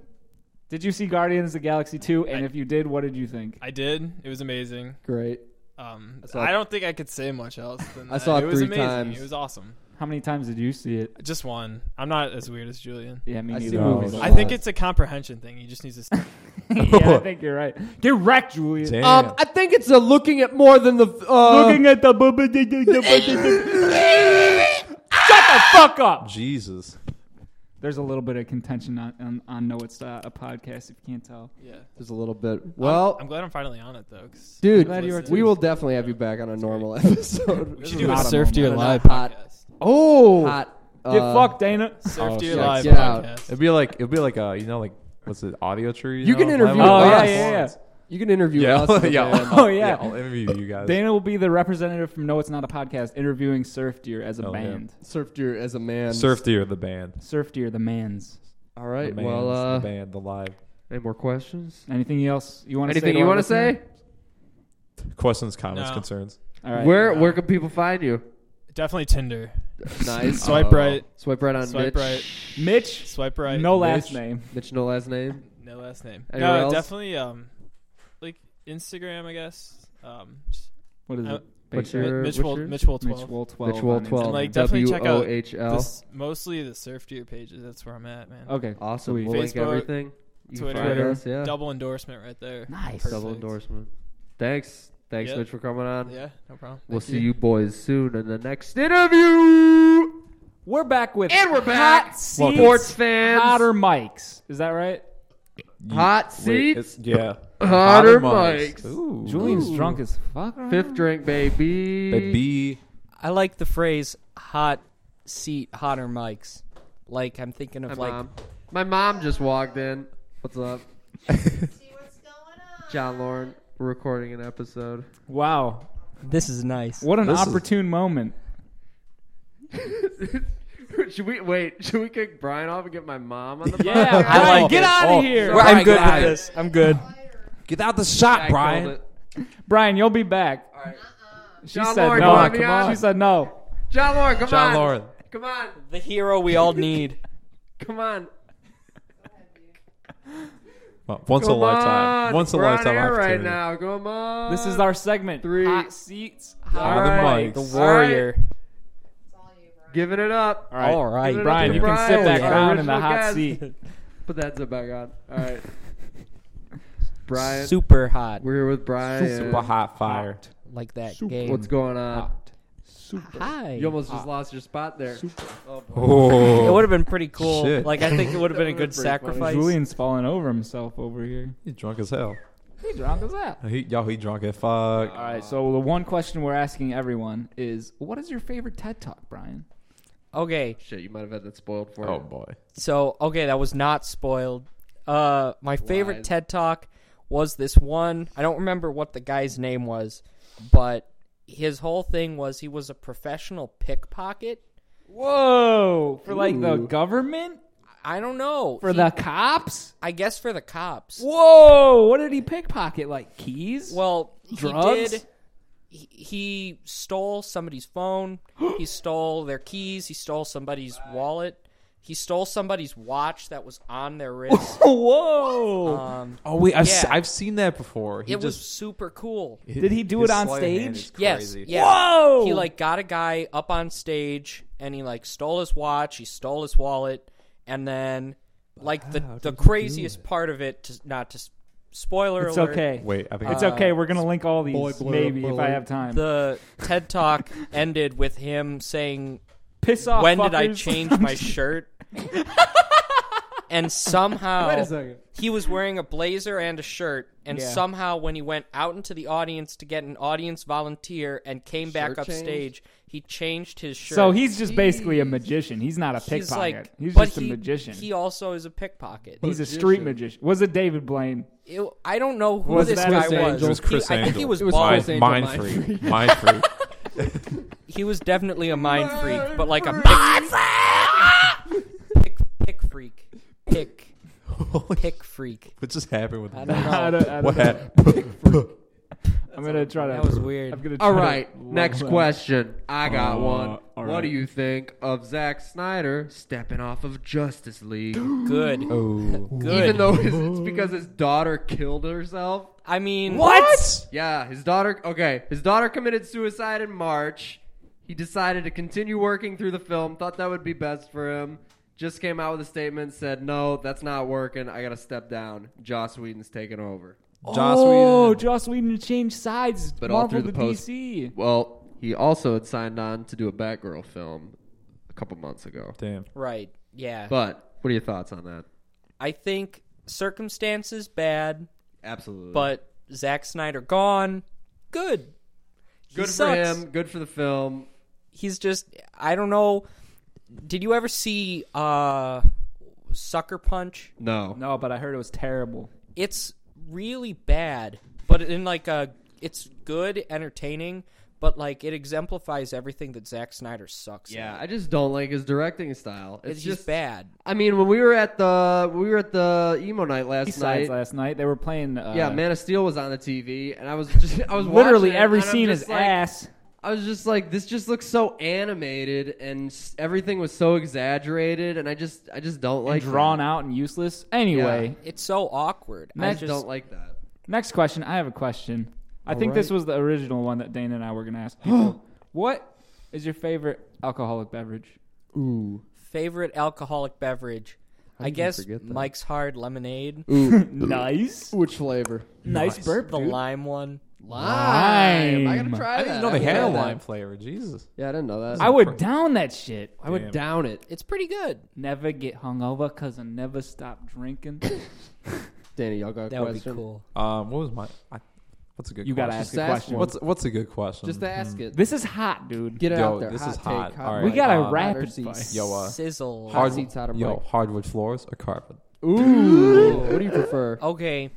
S2: Did you see Guardians of the Galaxy 2? And if you did, what did you think?
S8: I did. It was amazing.
S5: Great.
S8: Um, I,
S5: saw it-
S8: don't think I could say much else. Than
S5: I
S8: that.
S5: saw it
S8: it was
S5: three
S8: amazing.
S5: times.
S8: It was awesome.
S2: How many times did you see it?
S8: Just one. I'm not as weird as Julian.
S2: Yeah, me
S5: I see
S2: neither.
S5: movies.
S3: No.
S8: I think it's a comprehension thing. He just needs to. s-
S2: yeah, I think you're right. Get wrecked, Julian.
S3: Damn.
S5: Um, I think it's a looking at more than the uh,
S2: Looking at the bu- bu- du- du- du- bu- du- du- Shut the fuck up.
S3: Jesus.
S2: <laughs> There's a little bit of contention on on, on no, it's uh, a podcast. If you can't tell,
S8: yeah.
S5: Just a little bit. Well,
S8: I'm glad I'm finally on it though. 'cause
S5: dude,
S8: glad you were
S5: we
S8: too.
S5: will definitely have you back on a normal episode.
S8: we
S5: <laughs>
S8: should do a
S2: not a
S8: surf to your
S5: moment.
S8: live
S5: Hot.
S8: podcast.
S5: oh, hot.
S2: get
S5: uh,
S2: fucked, Dana.
S8: Surf
S3: Oh,
S8: to your
S3: shit.
S8: live
S5: Get out.
S8: podcast.
S3: It'd be like it'd be like uh you know like what's it audio tree?
S5: You can interview
S2: <laughs> Oh
S5: us.
S2: yeah, yeah, yeah.
S5: You can
S3: <laughs>
S5: interview
S3: Yeah,
S5: us.
S3: <laughs> yeah.
S5: <laughs> yeah.
S2: Oh
S3: Yeah,
S2: yeah.
S3: I'll interview you guys.
S2: Dana will be the representative from No, it's not a podcast, interviewing Surf Deer as a
S3: Oh, yeah.
S2: band.
S5: Surfed your as a man.
S3: Surf Deer, the band.
S2: Surf Deer, the man's.
S5: All
S3: The
S5: right.
S3: man's,
S5: Well,
S3: the
S5: uh,
S3: band, the live.
S4: Any more questions?
S2: Anything else you want to say?
S4: Anything
S2: to
S4: you
S2: our
S4: want to
S2: listener?
S4: say?
S3: Questions, comments,
S8: No.
S3: concerns.
S2: All right.
S4: where where can people find you?
S8: Definitely Tinder.
S5: nice.
S8: Swipe right.
S4: Swipe right on Mitch.
S8: Swipe right.
S2: Mitch,
S8: Swipe right.
S2: no
S4: Mitch.
S2: last name.
S4: Mitch, no last name.
S8: No last name.
S4: Anywhere
S8: no,
S4: else?
S8: definitely um, like Instagram, I guess. Um, just-
S2: What is
S8: Uh,
S2: it?
S4: what's
S2: Basic-
S4: your-
S8: Mitch Wold-
S4: yours?
S8: Mitch Wold
S2: Mitch
S8: twelve.
S2: Wool 12.
S4: Mitch Wool
S2: on Instagram.
S4: 12.
S8: Like, definitely check out
S4: W-O-H-L.
S8: This, mostly the surf to your pages. That's where I'm at, man.
S2: Okay.
S4: Awesome.
S2: Sweet.
S4: We'll link
S8: Facebook,
S4: everything. You can
S8: Twitter.
S4: find
S8: Twitter.
S4: us, yeah.
S8: Double endorsement right there.
S2: Nice.
S8: Perfect.
S4: Double endorsement. Thanks. Thanks,
S8: Yeah.
S4: Mitch, for coming on.
S8: Yeah, no problem.
S4: We'll see you boys soon in the next interview.
S2: We're back with
S4: And we're back.
S2: Hot
S3: Welcome.
S2: seats,
S4: Sports fans.
S2: hotter mics. Is that right?
S4: Hot
S3: Wait,
S4: seats.
S3: it's- yeah.
S4: Hotter
S3: mics.
S4: mics.
S3: Ooh.
S2: Julian's drunk as fuck. Right
S4: Fifth drink, baby.
S3: Baby.
S7: I like the phrase "hot seat, hotter mics." Like I'm thinking of
S4: My
S7: like
S4: mom. My mom just walked in. What's up?
S9: See what's going on.
S4: John Lauren. We're recording an
S5: <laughs>
S4: episode.
S2: Wow.
S7: this is nice.
S2: What an
S3: This is-
S2: opportune moment.
S4: should we wait? Should we kick Brian off and get my mom on the podcast?
S2: <laughs> Yeah,
S7: I
S2: Brian,
S7: like
S2: get
S7: it.
S2: out of
S3: Oh,
S2: here.
S3: Well, I'm
S7: I'm good
S3: good
S7: with this. I'm good.
S3: Get out <laughs> the shot,
S4: I
S3: Brian.
S4: called it.
S2: Brian, you'll be back.
S9: Uh-uh.
S2: She
S4: John
S2: said
S4: Lauren, you
S2: no.
S4: wanna be on?
S2: She said no.
S4: John Lauren, come on.
S3: John Lauren.
S4: Come on.
S7: <laughs> The hero we all need.
S4: Come on.
S3: Well, once a lifetime. Once a
S5: We're on
S3: lifetime
S5: air right
S3: opportunity.
S5: now. Come on.
S2: This is our segment.
S5: Three.
S2: Hot Uh, seats.
S5: All
S2: Hot mics.
S5: right.
S3: The
S5: All right.
S10: It's all you, Brian.
S5: Giving it up.
S2: All right.
S6: All right.
S5: Give it up
S2: Brian,
S5: to
S2: you can sit
S5: Brian,
S2: that
S5: our
S2: down in the
S5: original
S2: hot
S5: guest.
S2: seat.
S5: Put that zip back on.
S2: <laughs>
S5: All right. Brian.
S8: Super hot.
S5: We're here with Brian.
S3: Super hot fire.
S8: Like that game.
S5: What's going on?
S8: Super. Hi.
S5: You almost just lost your spot there.
S8: it
S3: Oh,
S8: would have been pretty cool.
S3: Shit.
S8: Like I think it
S5: <laughs>
S8: would have been a
S5: That would've been
S8: good
S5: pretty funny.
S8: sacrifice.
S2: Julian's falling over himself over here.
S3: he's drunk as hell.
S2: He's drunk as hell.
S3: He, y'all, he drunk as fuck.
S8: Uh,
S2: All right. So the one question we're asking everyone is, what is your favorite TED Talk, Brian?
S8: Okay.
S5: Shit, you might have had that spoiled for
S3: Oh
S5: you.
S3: boy.
S8: So okay, that was not spoiled. Uh, my favorite
S5: Lies.
S8: TED Talk was this one. I don't remember what the guy's name was, but his whole thing was he was a professional pickpocket.
S2: Whoa! For like the government?
S8: I don't know.
S2: For
S8: He-
S2: the cops?
S8: I guess for the cops.
S2: Whoa! What did he pickpocket? Like keys?
S8: Well,
S2: Drugs?
S8: he did. He, he stole
S4: <gasps>
S8: somebody's phone. he stole their keys. He stole somebody's wallet. He stole somebody's watch that was on their wrist.
S2: Whoa!
S8: um,
S3: Oh wait, I've
S8: Yeah.
S3: se- I've seen that before. He
S8: it was
S3: just
S8: super cool.
S2: Did he do
S3: his
S2: it on
S3: sleight of hand
S2: stage?
S3: is
S8: Yes.
S3: crazy.
S8: Yeah.
S2: Whoa!
S8: He like got a guy up on stage and he like stole his watch, he stole his wallet, and then like the the craziest part of it to not to s- spoiler
S2: It's
S8: alert.
S2: okay.
S3: Wait, I think
S2: It's
S3: I-
S2: okay. We're gonna link all these
S6: boy, blur,
S2: maybe if
S6: blur.
S2: I have time.
S8: The TED Talk ended with him saying,
S2: Piss off.
S8: "When did I
S2: Ah, fuckers. <laughs>
S8: change my shirt?" and somehow
S6: Wait a second.
S8: he was wearing a blazer and a shirt and
S2: Yeah.
S8: somehow when he went out into the audience to get an audience volunteer and came back
S5: Shirt
S8: upstage he changed his shirt
S2: So he's just basically a magician. He's not a pickpocket.
S8: he's
S2: He's,
S8: like but
S2: just a
S8: he-
S2: magician.
S8: he also is a pickpocket
S2: he's a street magician. Was it David Blaine?
S8: It- i don't know who
S2: Was
S8: this
S2: that
S8: guy
S2: Chris
S8: was
S3: Angel? It was Chris
S8: he, i think he
S3: Angel.
S8: was,
S6: It was
S8: bald.
S6: Chris Angel,
S3: mind
S6: mind
S3: freak. Mind freak.
S8: <laughs> he was definitely a mind freak but like a pick pick, pick freak pick pick freak
S3: What just happened with
S8: i
S3: the
S8: don't know
S2: I don't, I don't
S3: What
S2: know.
S3: happened? <laughs>
S2: I'm gonna try to.
S8: that was
S2: I'm
S8: weird
S2: gonna try
S5: All
S2: to
S5: right,
S2: level
S5: next
S2: out.
S5: question. I got
S3: Uh,
S5: one.
S3: all
S5: What
S3: right.
S5: do you think of Zack Snyder stepping off of Justice League?
S8: good
S3: oh.
S5: Even though his, it's because his daughter killed herself.
S8: i mean
S2: What?
S5: Yeah, his daughter. Okay, his daughter committed suicide in March. He decided to continue working through the film. Thought that would be best for him. Just came out with a statement. Said, "No, that's not working. I gotta step down." Joss Whedon's taking over.
S3: Joss
S2: oh,
S3: Whedon.
S2: Joss Whedon changed sides.
S5: But all
S2: Marvel
S5: through
S2: to
S5: the post-
S2: DC.
S5: Well, he also had signed on to do a Batgirl film a couple months ago.
S3: Damn.
S8: right yeah
S5: But what are your thoughts on that?
S8: I think circumstances bad,
S5: Absolutely.
S8: but Zack Snyder gone, good. He
S5: good for
S8: sucks.
S5: him. Good for the film.
S8: He's just I don't know. Did you ever see uh Sucker Punch?
S5: No.
S2: No, but I heard it was terrible.
S8: It's really bad, but in like a it's good, entertaining, but like it exemplifies everything that Zack Snyder sucks.
S5: Yeah,
S8: at.
S5: I just don't like his directing style. It's,
S8: it's
S5: just
S8: just bad.
S5: I mean, when we were at the when we were at the emo night last
S2: Besides,
S5: night.
S2: last night they were playing. Uh,
S5: yeah, Man of Steel was on the TV, and
S2: <laughs>
S5: I was just I was
S2: Literally
S5: watching it,
S2: every
S5: and I'm
S2: scene
S5: just
S2: is
S5: like,
S2: ass.
S5: I was just like, this just looks so animated, and s- everything was so exaggerated, and I just I just don't like
S2: drawn
S5: that.
S2: out and useless. Anyway,
S8: It's so awkward.
S5: I
S8: I
S5: just,
S8: just
S5: don't like that.
S2: next question. I have a question. I think this was the original one that Dana and I were going to
S5: <gasps>
S2: ask people. what is your favorite alcoholic beverage?
S8: favorite alcoholic beverage. I guess Mike's Hard Lemonade, <laughs>
S2: <laughs> nice.
S6: Which flavor?
S2: Nice burp.
S8: the lime one.
S2: Lime.
S5: I gotta try
S3: I
S5: that.
S3: didn't know they had a
S5: haven't tried that.
S3: lime flavor. Jesus.
S5: Yeah, I didn't know that.
S2: I would down that shit.
S5: I would
S3: Damn.
S5: down it.
S8: It's pretty good.
S2: Never get hungover because I never stop
S3: <coughs>
S2: drinking.
S5: Danny, y'all got a
S8: That would be
S5: question?
S8: cool.
S3: Um, what was my? I, what's a good?
S2: you
S3: question?
S2: gotta ask
S5: Just
S2: a
S5: ask
S2: question.
S5: one.
S2: What's,
S3: What's What's a good question?
S5: Just to
S2: Mm-hmm.
S5: ask it.
S2: this is hot, dude.
S6: Get it
S3: Yo,
S6: out there.
S3: this
S6: hot
S3: is
S6: take,
S3: hot.
S6: hot
S3: All
S2: we
S3: right,
S2: got a
S3: um,
S2: rapid
S6: seats.
S2: fire.
S3: Yo, uh,
S8: Sizzle.
S6: Hard seats, hot or
S3: yo,
S6: mic.
S3: hardwood floors or carpet?
S6: Ooh, what do you prefer?
S8: Okay,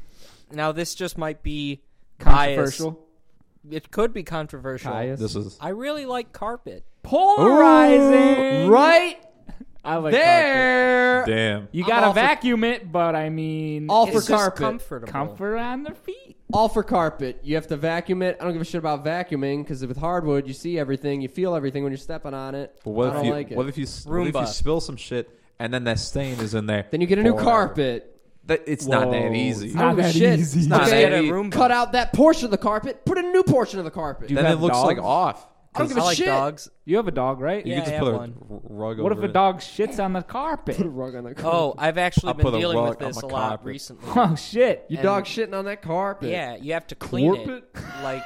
S8: now this just might be
S2: Controversial.
S8: biased. It could be controversial.
S3: This is
S8: I really like carpet.
S2: Polarizing.
S6: Right
S2: <laughs> I like carpet.
S6: there.
S3: damn.
S2: You
S8: I'm
S2: gotta
S8: all for-
S2: vacuum it, but I mean,
S6: All for
S8: It's just
S6: carpet.
S8: comfortable.
S2: comfort on the feet.
S6: All for carpet. You have to vacuum it. I don't give a shit about vacuuming because with hardwood, you see everything, you feel everything when you're stepping on it.
S3: But what
S6: I
S3: if
S6: don't
S3: you
S6: like it.
S3: What if you s- What if you
S8: Roomba.
S3: spill some shit and then that stain is in there?
S6: then you get a new
S3: forever?
S6: carpet.
S4: That it's not that easy.
S6: oh,
S2: not that
S6: shit.
S2: easy.
S6: It's
S4: not
S6: okay.
S4: that easy.
S8: room
S6: Cut out that portion of the carpet. Put a new portion of the carpet.
S4: Then it
S2: have
S4: looks like
S2: dogs?
S4: off.
S6: I don't give
S8: I
S6: a
S8: like
S6: shit.
S8: dogs.
S2: You have a dog, right?
S8: Yeah,
S3: you
S8: I
S3: can just
S8: have
S3: put a
S8: one.
S3: r- rug
S2: What if
S3: over
S2: a
S3: it.
S2: dog shits on the carpet? <laughs>
S8: <laughs>
S6: Put a rug on the carpet.
S8: Oh, I've actually
S4: I'll
S8: been
S4: put a
S8: dealing with
S4: rug on
S8: this a
S4: my
S8: lot
S4: carpet.
S8: recently.
S2: Oh shit!
S5: You
S8: And-
S5: dog shitting on that carpet.
S8: yeah, you have to clean it. Like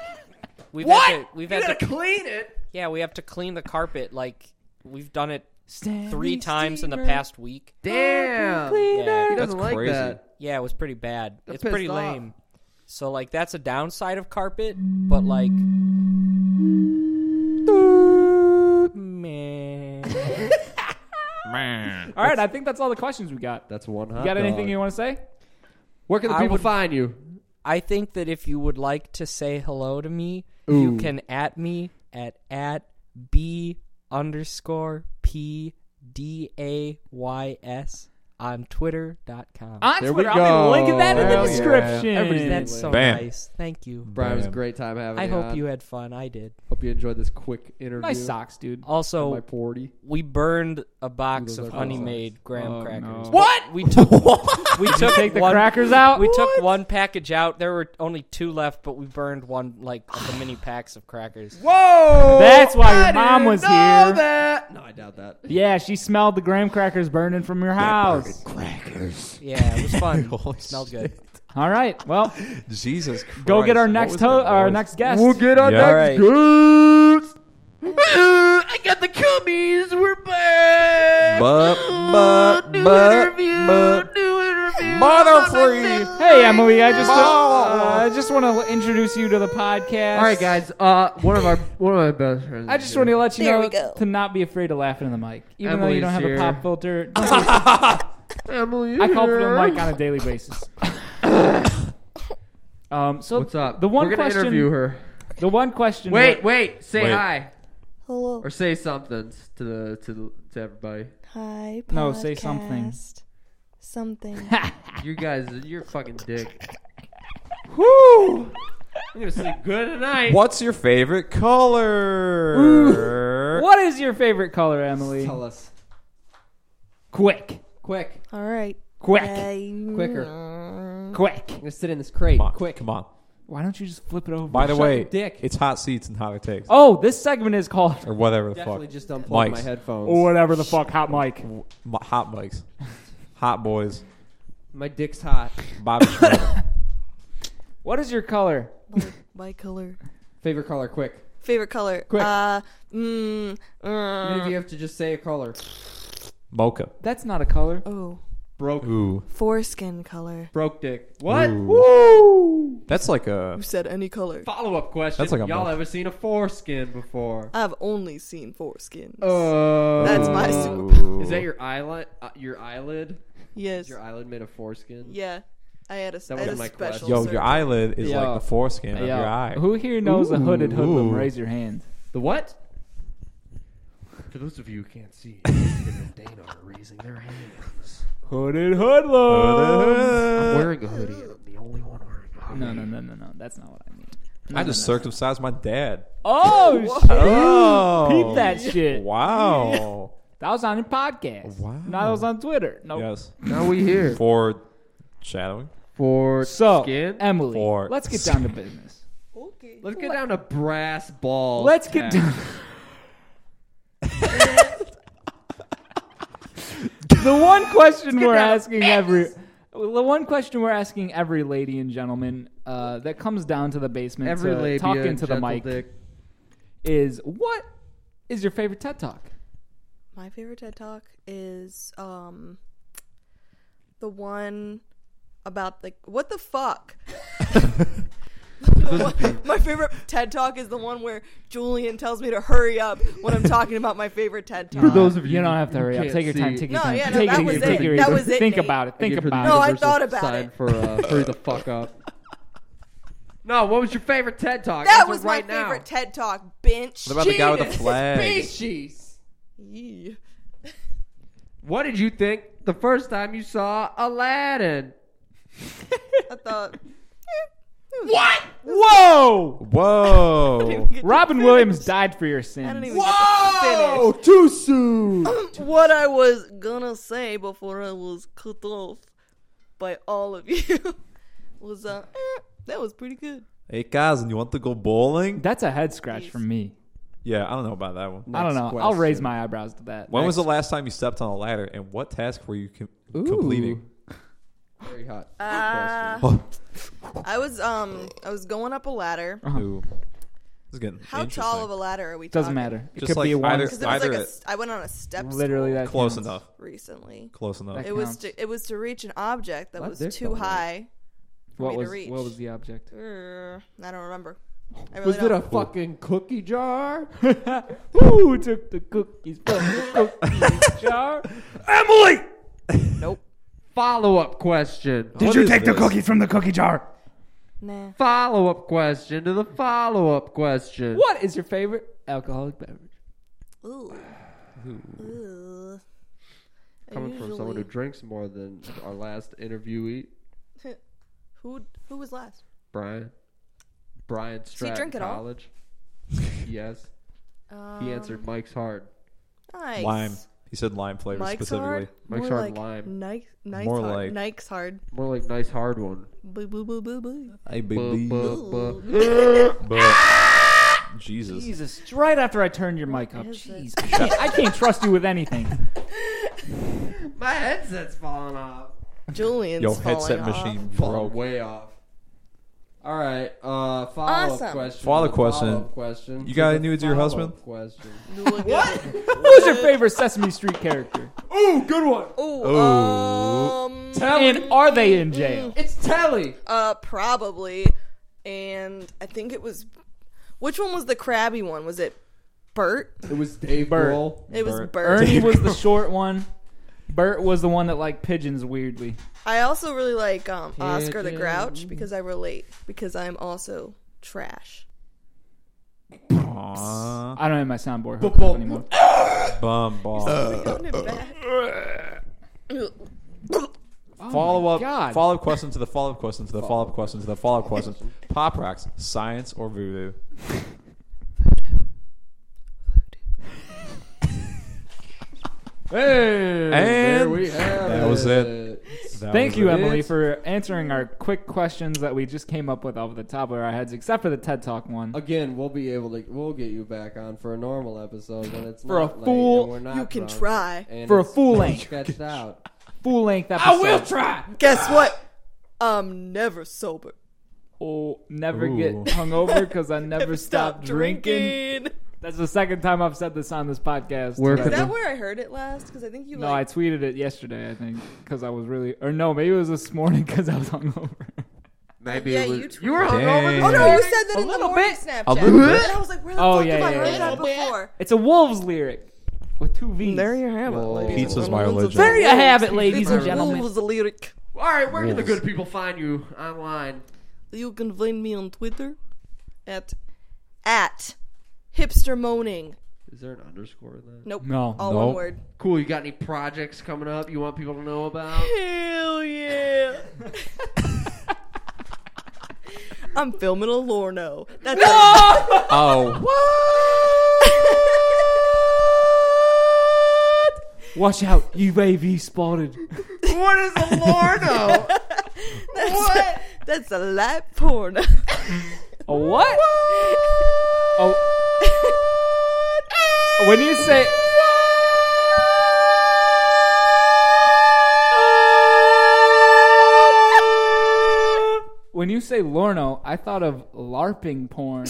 S8: we've had to we've
S5: You
S8: had
S5: gotta
S8: to
S5: clean it.
S8: Yeah, we have to clean the carpet like we've done it
S2: Stanley
S8: three times in the
S2: Steamer.
S8: past week.
S5: Damn. He
S8: Yeah.
S5: doesn't like
S4: crazy.
S5: that.
S8: Yeah, it was pretty bad.
S5: I'm
S8: it's pretty
S5: pissed off.
S8: lame. So like that's a downside of carpet, but like <laughs> man.
S2: All right, I think that's all the questions we got.
S5: That's one hot
S2: You got anything
S5: dog.
S2: you want to say?
S5: Where can the
S8: I
S5: people
S8: would-
S5: find you?
S8: I think that if you would like to say hello to me, you can at me at at b underscore p d a y s on twitter.com.
S2: On
S5: There we
S2: Twitter, I'll
S5: go.
S2: be linking that in the
S5: Hell yeah.
S2: description.
S8: That's so
S4: Bam.
S8: nice. Thank you.
S5: Brian, it was a
S4: Damn.
S5: great time having
S8: I
S5: you.
S8: hope
S5: on.
S8: you had fun. I did.
S5: hope you enjoyed this quick interview.
S2: nice socks, dude.
S8: Also,
S5: My forty.
S8: we burned a box
S5: Those are
S8: of
S5: awesome.
S8: honey made graham
S2: Oh,
S8: crackers.
S2: no.
S8: What? We took we took
S2: Take the
S8: one,
S2: crackers out.
S8: We took one package out. There were only two left, but we burned one like of the mini packs of crackers.
S5: Whoa!
S2: That's why your
S5: Oh, I
S2: mom
S5: didn't
S2: was
S5: know
S2: here.
S5: That. No, I doubt that.
S2: Yeah, she smelled the graham crackers burning from your house.
S8: Yeah, it was fun.
S3: Holy
S8: Smelled good.
S2: All right, well,
S4: Jesus Christ.
S2: go get our
S4: What
S2: next
S4: was
S2: ho-
S4: that
S2: our
S4: noise?
S2: <laughs> next guest.
S5: We'll get on
S4: Yeah.
S5: next
S4: All right.
S5: goods. <laughs> I got the cummies. We're back.
S4: Bup, bup,
S5: new
S4: bup,
S5: interview.
S4: bup.
S5: New interview.
S4: Mother free.
S2: Hey, Emily, I just
S4: Wow.
S2: uh, I just want to introduce you to the podcast.
S5: Oh. All right, guys. Uh, one of our one of my best friends.
S2: I just want to let you
S10: There we
S2: know
S10: go.
S2: to not be afraid of laughing in the mic, even though you
S5: Emily's
S2: don't have
S5: here.
S2: a pop
S5: <laughs>
S2: filter.
S5: Emily.
S2: I call for
S5: here.
S2: the mic on a daily basis. <coughs> um, so
S5: What's up?
S2: The one
S5: We're gonna
S2: question.
S5: interview her.
S2: The one question.
S5: Wait, wait. Say
S4: Wait.
S5: hi
S10: Hello.
S5: or say something to the to the, to everybody.
S10: Hi. Podcast.
S2: No, say something.
S10: Something.
S2: <laughs>
S5: You guys, you're a fucking dick.
S4: Woo!
S5: I'm
S4: <laughs>
S5: gonna sleep good tonight.
S4: What's your favorite color?
S2: What is your favorite color, Emily?
S6: Tell us.
S2: Quick,
S6: Quick.
S10: All right.
S2: quick,
S10: Uh,
S6: Quicker.
S2: quick.
S6: I'm going to sit in this crate.
S4: Come on,
S6: Quick.
S4: Come on.
S2: Why don't you just flip it over?
S4: By the way,
S6: your dick.
S4: it's hot seats and hot takes.
S2: oh, this segment is
S4: <laughs>
S2: called
S4: Or whatever the
S6: Definitely
S4: fuck.
S6: just unplugged
S4: Mics.
S6: my headphones.
S2: whatever the fuck, hot mic.
S4: M- hot mics. hot boys.
S6: my dick's hot.
S4: Bobby <laughs> Schmurda.
S2: What is your color?
S10: my, my color.
S6: Favorite color, quick.
S10: Favorite color.
S6: Quick.
S10: Uh, mm, uh,
S6: Even if you have to just say a color.
S4: Mocha.
S2: That's not a color.
S10: oh,
S5: Broke
S4: Ooh.
S10: foreskin color.
S5: broke dick. What?
S4: Ooh. That's like a.
S10: Who said any color?
S5: Follow up question.
S4: That's like a
S5: Y'all
S4: month.
S5: ever seen a foreskin before?
S10: I've only seen foreskins.
S5: Oh,
S10: That's my
S4: Ooh.
S10: super.
S5: Is that your eyelid? Uh, your eyelid? Is
S10: Yes.
S5: your eyelid made of foreskin?
S10: Yeah. I had a, I
S5: That
S10: had
S5: was
S10: a
S5: my
S10: special.
S5: question.
S4: Yo,
S10: surgery.
S4: your eyelid is
S2: Yo.
S4: like the foreskin of
S2: Yo,
S4: your eye.
S2: Who here knows a hooded hoodlum?
S4: Ooh.
S2: Raise your hand.
S5: The what? For those of you who can't see,
S10: <laughs>
S5: Tim and Dana are raising their hands.
S2: Hooded hoodlum.
S5: I'm wearing a hoodie. and I'm the only one wearing a hoodie.
S2: No, no, no, no, no. That's not what I mean.
S4: I just circumcised my dad.
S2: Oh, shit.
S4: Oh.
S2: peep that shit.
S4: Wow.
S2: That was on your podcast.
S4: Wow.
S2: Now that was on Twitter. No.
S4: yes.
S5: Now we here
S4: For shadowing.
S5: for
S2: So, eh,
S5: skin.
S2: Emily,
S4: For-
S2: let's get down to business.
S10: Okay.
S5: Let's get down to brass balls.
S2: Let's get down. <laughs> the one question we're asking every the one question we're asking every lady and gentleman uh, that comes down to the basement
S5: every
S2: to
S5: labia
S2: talk
S5: and
S2: into the
S5: gentle
S2: mic
S5: dick.
S2: is what is your favorite TED Talk?
S10: My favorite TED Talk is um the one about the what
S5: <laughs>
S10: the fuck. <laughs> my favorite TED Talk is the one where Julian tells me to hurry up when I'm talking about my favorite TED Talk.
S5: those of you
S2: you don't have to
S5: who
S2: hurry up.
S5: can't
S2: Take your time.
S5: see-
S2: Take your
S10: No,
S2: time.
S10: yeah, no,
S2: take
S10: that
S2: it,
S10: was
S2: easy, take
S10: it.
S2: it
S10: That
S2: easy.
S10: was it,
S2: Think
S10: Nate.
S2: about it. Think
S5: Give her the
S2: about
S10: No,
S2: it.
S10: I
S5: universal
S10: thought about
S5: sign
S10: it.
S5: For uh, hurry the fuck
S10: <laughs>
S5: up. No, what was your favorite TED talk?
S10: that
S5: Answer
S10: was
S5: right
S10: my
S5: now.
S10: favorite TED Talk, bitch.
S4: What about the guy with the flag?
S5: Species.
S10: <laughs> Yee.
S5: What did you think the first time you saw Aladdin?
S10: I thought
S5: What?
S2: Whoa!
S10: <laughs>
S4: Whoa.
S10: Get to
S2: Robin
S10: finish.
S2: Williams died for your sins.
S10: I didn't even Whoa!
S6: too soon.
S10: <clears throat> what I was gonna say before I was cut off by all of you <laughs> was uh, eh, that was pretty good.
S3: Hey, Kazan, you want to go bowling?
S2: That's a head scratch from me.
S3: Yeah, I don't know about that one.
S2: I don't know. I'll raise my eyebrows to that.
S3: When was the
S2: Next.
S3: last time you stepped on a ladder, and what task were you com- completing? Oh,
S6: Very hot.
S10: Uh, I was um I was going up a ladder.
S2: Oh,
S3: Ooh. This is getting
S10: How tall of a ladder are we?
S2: Doesn't
S10: talking?
S2: matter. It
S3: Just
S2: could
S3: like
S2: be a one.
S3: either-
S10: Because it was like
S3: Either
S10: a
S3: it-
S10: s- I went on a step.
S2: Literally,
S10: school
S2: that
S3: Close
S2: counts.
S3: enough.
S10: Recently,
S3: Close enough.
S2: That
S10: it was
S2: counts.
S10: to it was to reach an object that
S6: What?
S10: was
S6: They're
S10: too
S6: tall, right?
S10: high. for
S2: What
S10: me
S2: was
S10: to reach.
S2: what was the <laughs> object?
S10: Err, I don't remember. I really
S6: Was it
S10: don't.
S6: a fucking cookie jar?
S2: <laughs> Who took the cookies from the cookie jar?
S5: Emily,
S6: Follow up question.
S3: Did you take the cookies?
S2: from the cookie jar.
S10: nah.
S5: follow up question to the follow up question.
S2: What is your favorite alcoholic beverage?
S10: Ooh. Ooh. I
S5: Coming from someone who
S10: usually-
S5: drinks more than our last interviewee,
S10: who who was last?
S5: Brian. Brian
S10: he
S5: Stratton
S10: drink at all?
S5: College. yes.
S10: Um,
S5: He answered Mike's hard.
S10: Nice.
S3: Lime. He said lime flavor
S10: Mike's
S3: specifically.
S10: hard.
S5: Mike's
S10: More
S5: hard
S10: like
S5: lime.
S10: Nike, Nike's
S3: More
S10: hard.
S3: like-
S10: Nike's hard.
S5: More like nice hard one.
S10: Boo boo boo boo boo.
S3: Hey,
S5: Bu-
S3: baby.
S5: bu- bu-
S3: But- Jesus.
S2: Jesus! Right after I turned your mic up,
S10: is
S2: jeez, I can't, I can't trust you with <laughs> anything.
S5: My headset's falling off.
S10: <laughs> Julian's
S3: Yo,
S10: falling
S3: headset
S10: off.
S3: machine
S5: Falling
S3: broke.
S5: way off. All right. Uh, follow up
S10: Awesome.
S5: question.
S3: Follow-up question.
S5: Follow-up question.
S3: You got
S5: to
S3: any nudes of your
S5: follow-up
S3: husband?
S5: Question.
S10: what?
S2: Who's your favorite Sesame Street character?
S5: Ooh, good one.
S10: Ooh, um,
S2: And are they in <laughs> jail?
S5: It's Telly.
S10: uh, probably. And I think it was, which one was the crabby one? Was it Bert?
S6: It was Dave
S2: Bert.
S6: Grohl.
S10: It was Bert.
S2: Ernie was the short one. Bert was the one that liked pigeons weirdly.
S10: I also really like um, Oscar the Grouch because I relate because I'm also trash.
S3: Aw,
S2: I don't have my soundboard hooked up anymore.
S3: bum, bum.
S10: Putting it back.
S3: follow up,
S2: God.
S3: follow up question to the follow up question to the follow up question to the follow up question. Pop rocks, science or voodoo?
S6: Hey, there
S3: And
S6: we have
S3: that was it. That
S2: Thank
S3: was
S2: you,
S3: it.
S2: Emily, for answering our quick questions that we just came up with off the top of our heads, except for the TED Talk one.
S5: Again, we'll be able to. We'll get you back on for a normal episode when it's
S2: For a
S5: not late
S2: full-
S5: and we're not
S10: You can
S5: drunk
S10: try.
S5: and
S2: For a
S5: it's
S2: full length.
S5: Sketched out.
S2: Full length episode. I will try.
S10: Guess what? I'm never sober.
S2: Oh, never get
S3: Ooh.
S2: hungover because <laughs> I never
S10: Stop,
S2: stop
S10: drinking.
S2: drinking. That's the second time I've said this on this podcast.
S5: Where
S10: Is
S5: could
S10: that where I heard it last? Because I think you
S2: No, I
S10: like.
S2: tweeted it yesterday, I think, because I was really, or no, maybe it was this morning <laughs> because I was hungover.
S5: <laughs> Maybe
S10: Yeah,
S5: it was,
S10: you tweeted
S5: you were hungover.
S3: Dang.
S10: Oh no, you said that
S2: A
S10: in the
S2: little
S10: morning
S2: bit.
S10: Snapchat.
S3: A little bit.
S10: And I was like, where the
S2: Oh,
S10: fuck
S2: yeah,
S10: have I
S2: yeah,
S10: heard
S2: yeah.
S10: that before?
S2: It's a Wolves lyric with two V's.
S10: have
S5: Whoa.
S10: ladies and
S3: Pizza's my
S10: gentlemen.
S3: religion.
S2: There you have it,
S10: It's
S2: ladies
S10: a
S2: and gentlemen.
S10: Wolves lyric.
S5: All right, where can the good people find you online?
S10: You can find me on Twitter at at hipster moaning.
S5: Is there an underscore in that?
S10: Nope.
S2: No,
S10: All
S3: no.
S10: one word.
S5: Cool. You got any projects coming up you want people to know
S10: <laughs>
S5: about?
S10: Hell yeah. I'm filming a Lorno. That's
S3: Oh,
S2: Watch out, UAV spotted.
S5: what is a Lorno?
S10: <laughs> that's what? A, that's a light porn.
S2: A what? Oh. when you say. When you say Lorno, I thought of LARPing porn.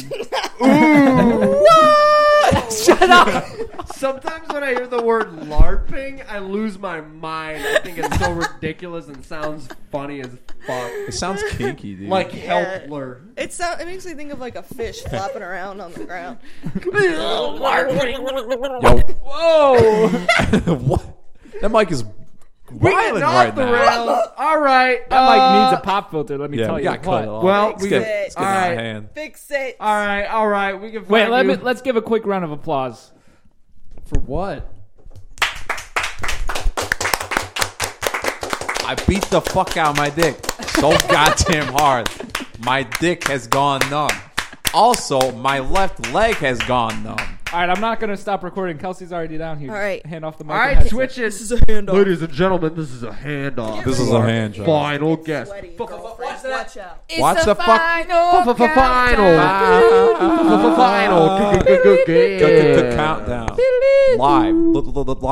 S5: Sometimes when I hear the word LARPing, I lose my mind. I think it's
S10: <laughs>
S5: so ridiculous and sounds funny as fuck.
S3: it sounds kinky, dude.
S5: Like Helpler.
S10: It sound, it makes me think of like a fish flopping around on the ground.
S3: yo, whoa, <laughs> what? That mic is
S5: Getting
S3: wilding
S5: off
S3: right
S5: the
S3: now.
S5: rails. All right.
S2: That
S5: uh,
S2: mic needs a pop filter, let me
S3: Yeah,
S2: tell
S3: we
S2: you.
S3: got cut
S2: what.
S3: off.
S5: Well,
S3: It's
S5: we-
S3: getting- it's getting
S5: all
S3: out of
S5: right.
S3: hand.
S10: Fix it.
S5: All right. All right. We can. Find
S2: Wait, let
S5: you.
S2: me, let's give a quick round of applause.
S6: For what?
S3: I beat the fuck out of my dick so goddamn hard. My dick has gone numb. Also, my left leg has gone numb.
S2: All right, I'm not gonna stop recording. Kelsey's already down here.
S11: All right.
S2: hand off the mic.
S11: All
S2: and
S11: right,
S2: headset.
S11: switch it. This is a handoff.
S5: Ladies and gentlemen, this is a handoff.
S12: This is
S5: to
S12: a
S5: our
S12: hand job.
S5: Final guess.
S11: Watch out.
S3: What's the fuck?
S5: Final. Final.
S12: <laughs>
S5: Final.
S3: The
S5: guess.
S3: countdown. Live. L- l- l- Live.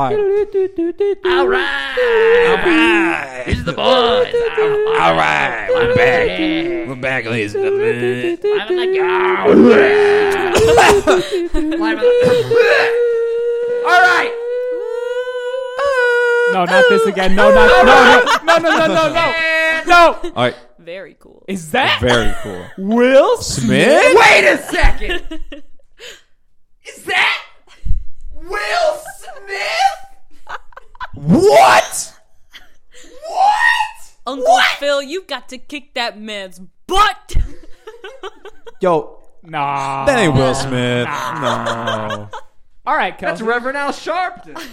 S3: Ah,
S5: All right. It's the boys. All right. We're back. We're back, ladies and gentlemen. All right.
S2: No, not this again.
S3: Oh,
S2: No, not no, no, no, no, no, no, no. no.
S3: All right.
S11: Very cool.
S2: Is that
S3: Very cool.
S2: Will
S3: Smith?
S5: Wait a second. Is that Will Smith?
S3: What?
S5: What?
S10: Uncle Phil, you got to kick that man's
S2: <laughs>
S10: butt.
S3: Yo,
S2: Nah.
S3: that ain't Will Smith. No.
S2: All right,
S5: That's
S2: Kelsey.
S5: Reverend Al Sharpton.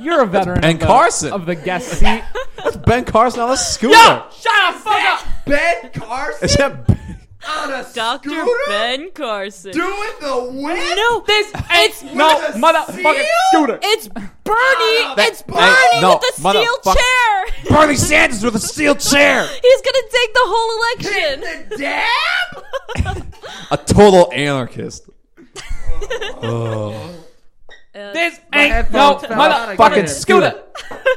S2: You're a veteran.
S3: Ben
S2: of the,
S3: Carson.
S2: of the guest seat.
S3: That's Ben Carson on a scooter.
S10: Shut the fuck up,
S5: Ben Carson
S3: Is that Ben?
S5: on a
S10: Doctor
S5: scooter
S10: Ben Carson.
S5: doing the whip.
S10: no, this it's
S2: no,
S5: With a
S2: motherfucking
S5: seal?
S2: scooter.
S10: it's Bernie. it's
S3: Hey,
S10: Bernie
S3: no,
S10: with the steel
S3: motherfuck-
S10: chair.
S3: Bernie Sanders with a steel chair.
S10: <laughs> He's gonna take the whole election.
S3: <laughs>
S5: The dab?
S3: A total anarchist. Oh.
S10: Uh, <laughs>
S2: This ain't no
S5: headphones fell out again.
S2: motherfucking scooter.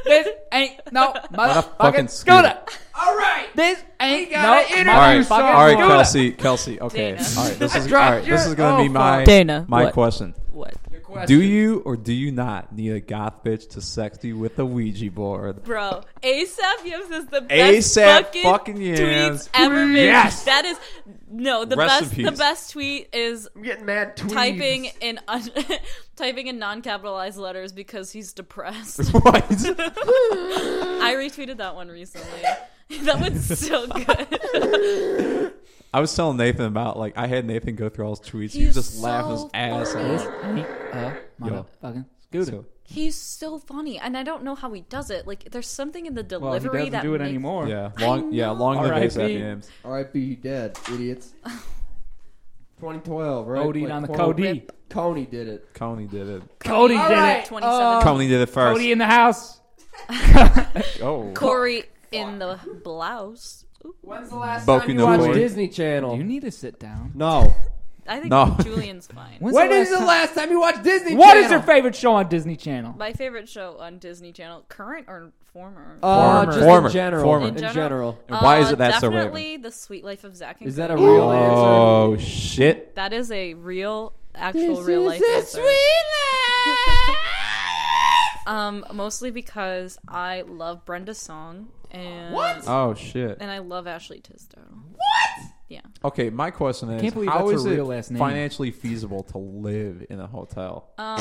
S2: this ain't no
S3: Motherfucking
S2: motherfucking scooter.
S5: All right.
S2: This ain't no
S5: gotta interview
S3: All right,
S2: motherfucking
S3: all right, Kelsey,
S2: scooter.
S3: Kelsey. Okay,
S10: Dana.
S3: all right. This is all
S5: dropped
S3: right. This
S5: your-
S3: is gonna
S5: oh,
S3: be my
S5: fuck.
S13: Dana,
S3: my
S13: what?
S3: question.
S10: What?
S3: Do you or do you not need a goth bitch to sext you with a Ouija board? <laughs>
S10: Bro, ASAP Yams is the best
S3: A$AP
S10: fucking,
S3: fucking Yams.
S10: tweets ever made.
S3: Yes!
S10: That is no the
S3: Rest in
S10: best the
S3: peace.
S10: best tweet is
S5: I'm getting mad tweets.
S10: typing in un- <laughs> typing in non capitalized letters because
S2: <laughs>
S10: he's depressed.
S3: What?
S10: <laughs> I retweeted that one recently. <laughs> that one's so good.
S3: I was telling Nathan about like I had Nathan go through all his tweets. he
S10: He's
S3: was just laughing his
S10: so
S3: ass
S10: funny.
S3: off.
S2: Uh, motherfucking scooter.
S3: So,
S10: he's so funny, and I don't know how he does it. Like there's something in the
S2: well, he
S10: delivery
S2: doesn't
S10: that
S2: do it
S10: makes-
S2: anymore.
S3: yeah, long, yeah, long live
S2: R.I.P.
S3: ASAP Yams.
S14: R.I.P. You dead,
S5: <laughs>
S14: idiots.
S5: 2012, right?
S2: Odin
S5: Like,
S2: on the
S5: Cody-
S2: Cody.
S14: Coney did it.
S3: Coney did it.
S2: Cody did it.
S10: 27.
S2: uh,
S3: Coney did it first.
S2: Cody in the house.
S3: oh,
S10: Corey in the blouse. Ooh,
S5: When's the last
S3: Boku
S5: time you
S3: no
S5: watched
S3: Koi.
S5: Disney Channel?
S2: You need to sit down.
S5: No.
S10: I think
S3: No. <laughs>
S10: Julian's fine.
S2: When's
S5: When
S2: the
S5: is
S2: last
S5: the
S2: time-
S5: last time you watched Disney
S2: What
S5: Channel?
S2: is your favorite show on Disney Channel?
S10: My favorite show on Disney Channel, current or former?
S5: Uh,
S3: Former.
S5: just
S3: Former.
S5: in general.
S3: Former.
S5: In
S10: In
S5: general.
S10: general?
S3: And why is it that so
S10: definitely The Sweet Life of Zach and
S5: Is that a
S10: Cody.
S5: real answer?
S3: oh shit!
S10: That is a real, actual real life answer. <laughs> um, mostly because I love Brenda Song and what?
S3: Oh shit!
S10: and I love Ashley Tisdale.
S3: Okay, my question is:
S2: Can't believe
S3: How
S2: that's
S3: is
S2: a
S3: it
S2: real last name.
S3: financially feasible to live in a hotel?
S10: Um,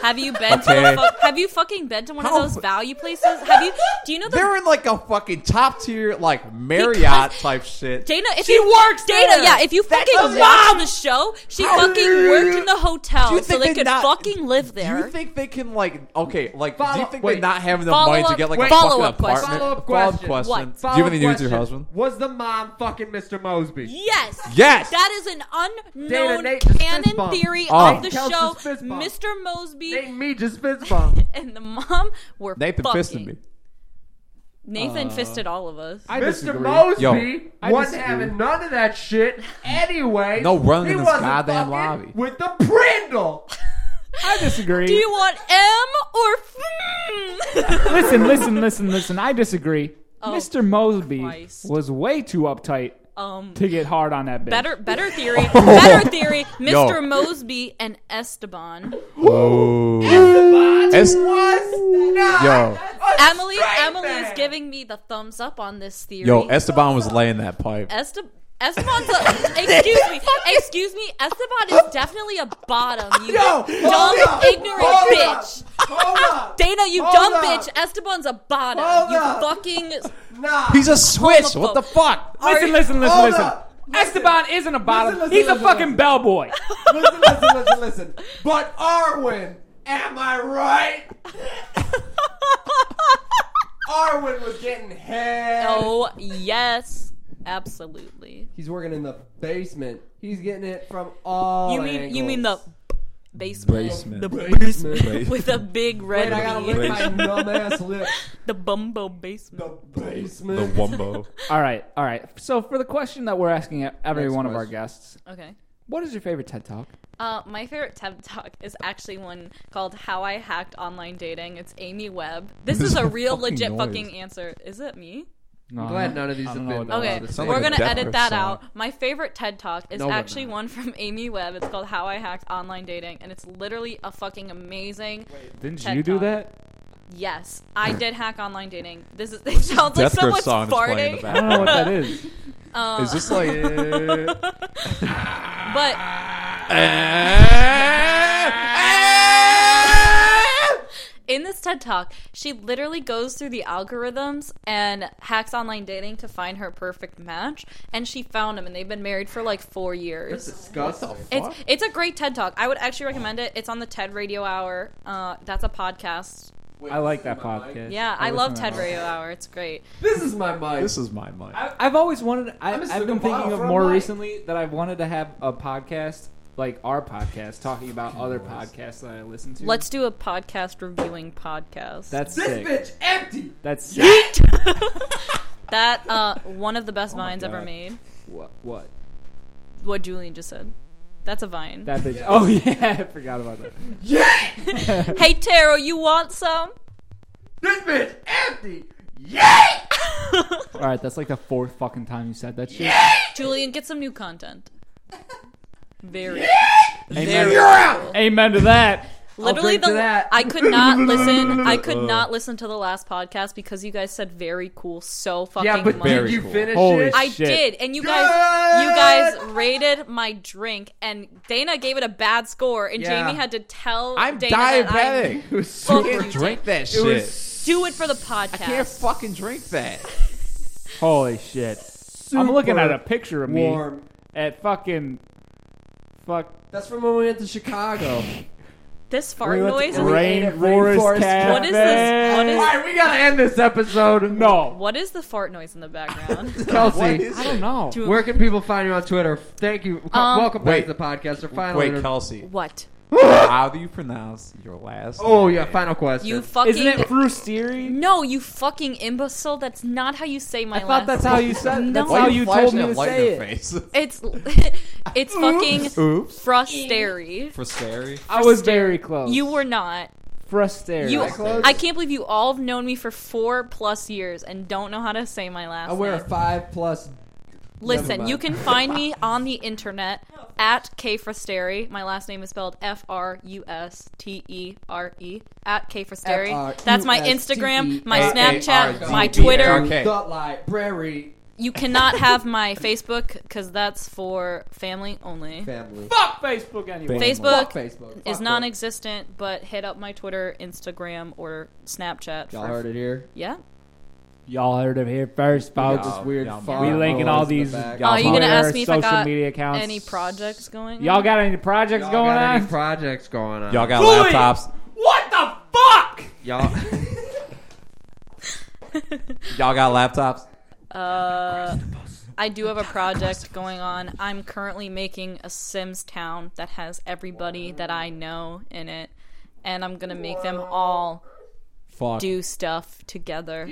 S10: have you been
S3: Okay.
S10: to a fu- have you fucking been to one
S3: How-
S10: of those value places? Have you? Do you know the
S3: They're in like a fucking top tier, like Marriott
S10: Because-
S3: type shit.
S10: Dana, if she you, works Dana, yeah, if you fucking watch the show, she fucking worked in
S3: Do
S10: the
S3: you
S10: hotel so
S3: think
S10: they
S3: they
S10: could
S3: not-
S10: fucking live
S3: Do you
S10: there.
S3: think they can like okay, like do you
S5: Follow-
S3: think
S5: wait.
S3: they not have enough
S10: Follow
S3: money to
S10: up-
S3: get like
S10: wait.
S3: a fucking
S10: Follow up question.
S3: apartment?
S5: Follow up question.
S10: What?
S3: Do you have anything to do with your
S5: Follow-up
S3: husband?
S5: Was the mom fucking Mr. Mosby?
S10: Yes.
S3: Yes.
S10: That is an unknown
S5: Dana, Nate just fist
S10: canon
S5: bumped.
S10: theory
S3: Oh.
S10: of the
S5: Nate Kelch
S10: show.
S5: just fist bumped.
S10: Mr. Mosby
S5: Nate me just
S3: <laughs>
S5: fist bump.
S10: and the mom were
S3: Nathan
S10: fucking.
S3: fisted me.
S10: Nathan fisted all of us.
S2: Uh, I
S5: Mr.
S2: disagree.
S5: Mosby
S3: Yo,
S2: I
S5: wasn't
S2: disagree.
S5: having none of that shit anyway.
S3: No running
S5: he
S3: in this
S5: wasn't
S3: goddamn
S5: fucking
S3: lobby.
S5: With the Prindle.
S2: I disagree.
S10: Do you want M or F?
S2: listen, listen, listen, listen. I disagree.
S10: Oh,
S2: Mr. Mosby
S10: Christ.
S2: was way too uptight
S10: um,
S2: to get hard on that
S3: <laughs>
S2: bitch.
S10: better,
S3: Oh.
S10: better theory. Better theory. Mr. Mosby and Esteban.
S3: Oh, Es- yo,
S10: Emily, Emily
S5: man.
S10: is giving me the thumbs up on this theory.
S3: yo, Esteban was laying that pipe.
S10: Este- Esteban's a,
S5: <laughs>
S10: excuse me, excuse me, Esteban is definitely a bottom, you dumb,
S5: up,
S10: ignorant
S5: hold up,
S10: bitch. Ah,
S5: Hold up.
S10: Dana, you
S5: hold
S10: dumb
S5: up.
S10: bitch. Esteban's a bottom,
S5: Hold
S10: you
S5: up.
S10: fucking.
S5: Nah.
S3: He's a switch. What the
S10: Homophobe.
S3: fuck?
S2: Listen, listen, listen,
S5: Hold
S2: listen.
S5: up.
S2: Esteban isn't a bottom.
S5: listen,
S2: He's
S5: listen,
S2: a fucking bellboy.
S5: listen, listen, listen, listen. But Arwen, am I right? Arwen was getting head.
S10: <laughs> Oh yes, absolutely.
S5: He's working in the basement. He's getting it from all.
S10: You mean you mean the
S9: basement.
S4: Basement.
S9: The
S4: Basement.
S9: basement. With a big red
S5: Wait, I gotta
S9: B.
S5: lick my numb <laughs> ass lip.
S9: The bumbo basement.
S5: The basement.
S3: The wumbo.
S2: all right, all right. So for the question that we're asking every
S5: Next
S2: one of our
S5: question.
S2: guests,
S9: Okay.
S2: what is your favorite TED Talk?
S9: Uh, my favorite TED Talk is actually one called "How I Hacked Online Dating." It's Amy Webb. This
S2: This
S9: is a
S2: is
S9: real
S2: fucking
S9: legit
S2: noise.
S9: fucking answer. Is it me?
S5: I'm glad none of these have
S2: Oh,
S5: been.
S9: Okay,
S5: uh,
S9: we're gonna edit that out. My favorite TED Talk is
S5: No, we're
S9: actually one from Amy Webb. It's called "How I Hacked Online Dating," and it's literally a fucking amazing.
S2: Didn't
S9: TED
S2: you do
S9: Talk.
S2: that?
S9: Yes,
S2: <clears throat>
S9: I did hack online dating. This is <laughs> it sounds like
S2: Death Grips
S9: someone's
S2: song is playing in
S9: farting.
S2: the I don't know what that is.
S9: Um,
S2: Is this like-
S9: but in this TED Talk, she literally goes through the algorithms and hacks online dating to find her perfect match, and she found him, and they've been married for like four years.
S5: That's disgusting. What the
S9: It's it's a great TED Talk. I would actually recommend it. It's on the TED Radio Hour. Uh, that's a podcast.
S2: I like that podcast.
S9: Yeah, I love
S2: listen to
S9: TED
S2: that
S9: Radio Hour. It's great.
S5: This is my mic.
S4: This is my mic.
S2: I, I've always wanted. I,
S9: I'm a
S2: I've been
S9: cigar
S2: thinking of
S9: from
S2: more
S9: my-
S2: recently that I've wanted to have a podcast, like our podcast, talking about other podcasts that I listen to.
S9: Let's do a podcast reviewing podcast.
S2: That's sick.
S5: empty.
S2: That's <laughs> sick.
S9: <laughs> That uh, one of the best
S2: Oh my
S9: vines ever
S2: God.
S9: made.
S2: what? What?
S9: What Julian just said. That's a vine.
S2: That bitch. Oh <laughs> yeah, I forgot about that.
S9: hey Taro, you want some?
S5: This bitch empty. Yay!
S2: All right, that's like the fourth fucking time you said that shit.
S9: Julian, get some new content. Very.
S2: Amen.
S9: Very. cool.
S2: Amen to that.
S9: Literally,
S2: drink to
S9: the
S2: that.
S9: I
S2: <laughs>
S9: could not listen. I could
S2: Uh.
S9: not listen to the last podcast because you guys said "very cool" so fucking
S5: Yeah, but
S9: much.
S5: did you finish
S2: Holy
S5: it?
S9: I
S2: shit.
S9: did, and you guys, you guys rated my drink, and Dana gave it a bad score, and
S5: Yeah.
S9: Jamie had to tell
S4: I'm
S9: Dana that I-
S4: diabetic.
S5: It was
S9: Fuck
S4: super-
S9: you,
S4: drink
S9: Dana.
S4: that shit.
S9: It was- do it for the podcast.
S4: I can't fucking drink that.
S2: <laughs> Holy shit! I'm looking at a picture of me
S5: warm.
S2: at fucking fuck
S5: That's from when we went to Chicago.
S9: This fart
S5: We went to-
S9: noise.
S5: we ate at
S2: Rainforest Cafe.
S9: What is this? What is-
S5: All right, we gotta end this episode.
S2: No.
S9: What is the fart noise in the
S4: <laughs>
S9: background? <laughs>
S5: Kelsey,
S2: I don't know.
S9: Do-
S5: where can people find you on Twitter? Thank you.
S9: Um,
S5: Welcome back
S4: Wait.
S5: to the podcast. Or final
S4: Wait,
S5: inter-
S4: Kelsey.
S9: What?
S4: How do you pronounce your last?
S5: Oh
S4: name?
S5: yeah, final question.
S9: You fucking.
S2: Isn't it Frustieri?
S9: no, you fucking imbecile. That's not how you say my
S2: I thought
S9: last
S2: that's
S9: name.
S2: how you said.
S9: <laughs> No.
S2: That's
S4: Why
S2: Oh, how
S4: you
S2: you
S4: flashing
S2: told me
S4: that
S2: to
S4: light in
S2: say
S4: your
S2: it. <laughs>
S4: face?
S9: It's <laughs> it's fucking
S4: Oops.
S9: frustary.
S4: For scary.
S2: I was very close.
S9: You were not.
S2: Frustieri.
S9: You,
S5: close?
S9: I can't believe you all have known me for four plus years and don't know how to say my last
S5: I wear a
S9: name.
S5: five plus. Never
S9: Listen,
S5: mind.
S9: you can
S5: <laughs>
S9: find me on the internet at K Frusteri. My last name is spelled F R U S T E R E at K Frusteri. That's my
S5: E
S9: Instagram, my Snapchat, my Twitter.
S5: Dotlight, Prairie,
S9: You cannot have my Facebook because that's for family only.
S5: family.
S2: fuck Facebook anyway.
S9: Facebook,
S5: Fuck Facebook. Fuck
S9: is
S5: it.
S9: non-existent, but hit up my Twitter, Instagram, or Snapchat.
S5: Y'all
S9: for-
S5: heard it here.
S9: Yeah.
S2: Y'all heard of here first, folks.
S5: This weird
S4: Oh, Y'all-
S5: fog
S2: we linking all
S5: noise in the
S2: these.
S5: back.
S2: y'all
S9: Are you gonna
S2: Twitter,
S9: ask me if I
S2: social
S9: got
S2: media accounts?
S9: Any projects going?
S2: Y'all
S9: on?
S2: got any projects
S5: Y'all
S2: going
S5: got
S2: on?
S4: <laughs>
S5: any projects going on?
S4: Y'all got
S2: Fully.
S4: laptops.
S2: what the fuck?
S4: <laughs>
S5: Y'all.
S4: Y'all got laptops.
S9: <laughs> Uh, I do have a project going on. I'm currently making a Sims town that has everybody that I know in it, and I'm gonna make them all
S4: Fuck.
S9: do stuff together.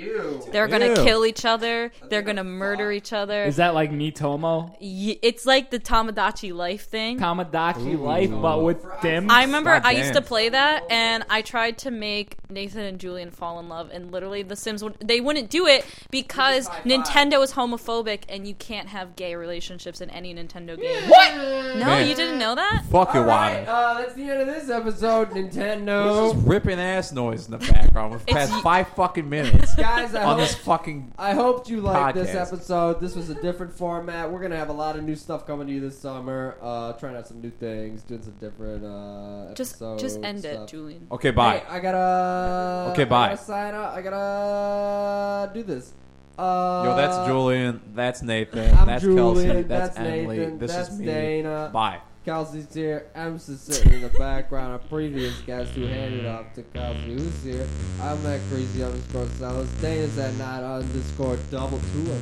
S9: They're gonna
S4: Ew.
S9: kill each other. They're gonna murder each other.
S2: Is that like me, Tomo?
S9: Y- it's like the Tamagotchi life thing.
S2: Kamadachi life, but with them.
S9: I remember
S4: God
S9: I used to
S4: damn.
S9: play that, and I tried to make Nathan and Julian fall in love, and literally the Sims would they wouldn't do it because Nintendo is homophobic, and you can't have gay relationships in any Nintendo game. What? No,
S4: Man.
S9: you didn't know that.
S4: Fuck your
S5: All right,
S4: water.
S5: uh, that's the end of this episode,
S4: This <laughs>
S5: Nintendo.
S4: is ripping ass noise in the background for the
S9: It's-
S4: past five fucking
S5: <laughs>
S4: minutes
S5: Guys, I
S4: on
S5: hope,
S4: this fucking.
S5: I hoped you liked this
S4: podcast.
S5: episode. This was a different format. We're gonna have a lot of new stuff coming to you this summer. Uh, trying out some new things, doing some different. Uh,
S9: Just
S5: episode
S9: just end it,
S5: stuff.
S9: Julian.
S4: Okay, bye.
S5: Hey, I gotta.
S4: Okay,
S5: I
S4: bye.
S5: gotta sign up. I gotta do this. Uh,
S4: Yo, that's Julian. That's Nathan.
S5: I'm
S4: that's
S5: Julian,
S4: Kelsey. That's,
S5: that's
S4: Emily.
S5: Nathan,
S4: this
S5: that's
S4: is me.
S5: Dana.
S4: Bye.
S5: Kelsey's here. I'm just sitting in the background. Our previous guest who handed off to Kelsey, who's here. I'm at crazy underscore sellers. Dana's at not underscore double two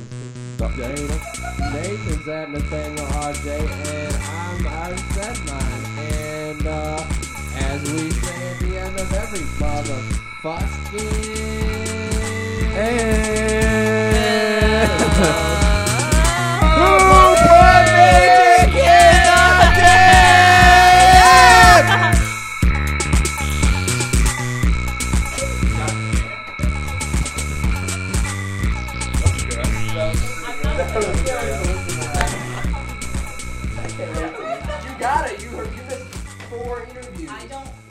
S5: underscore Dana. Nathan's at Nathaniel RJ, and I'm I said mine. And uh, every motherfucking.
S9: You got it. You, you missed four interviews. I don't.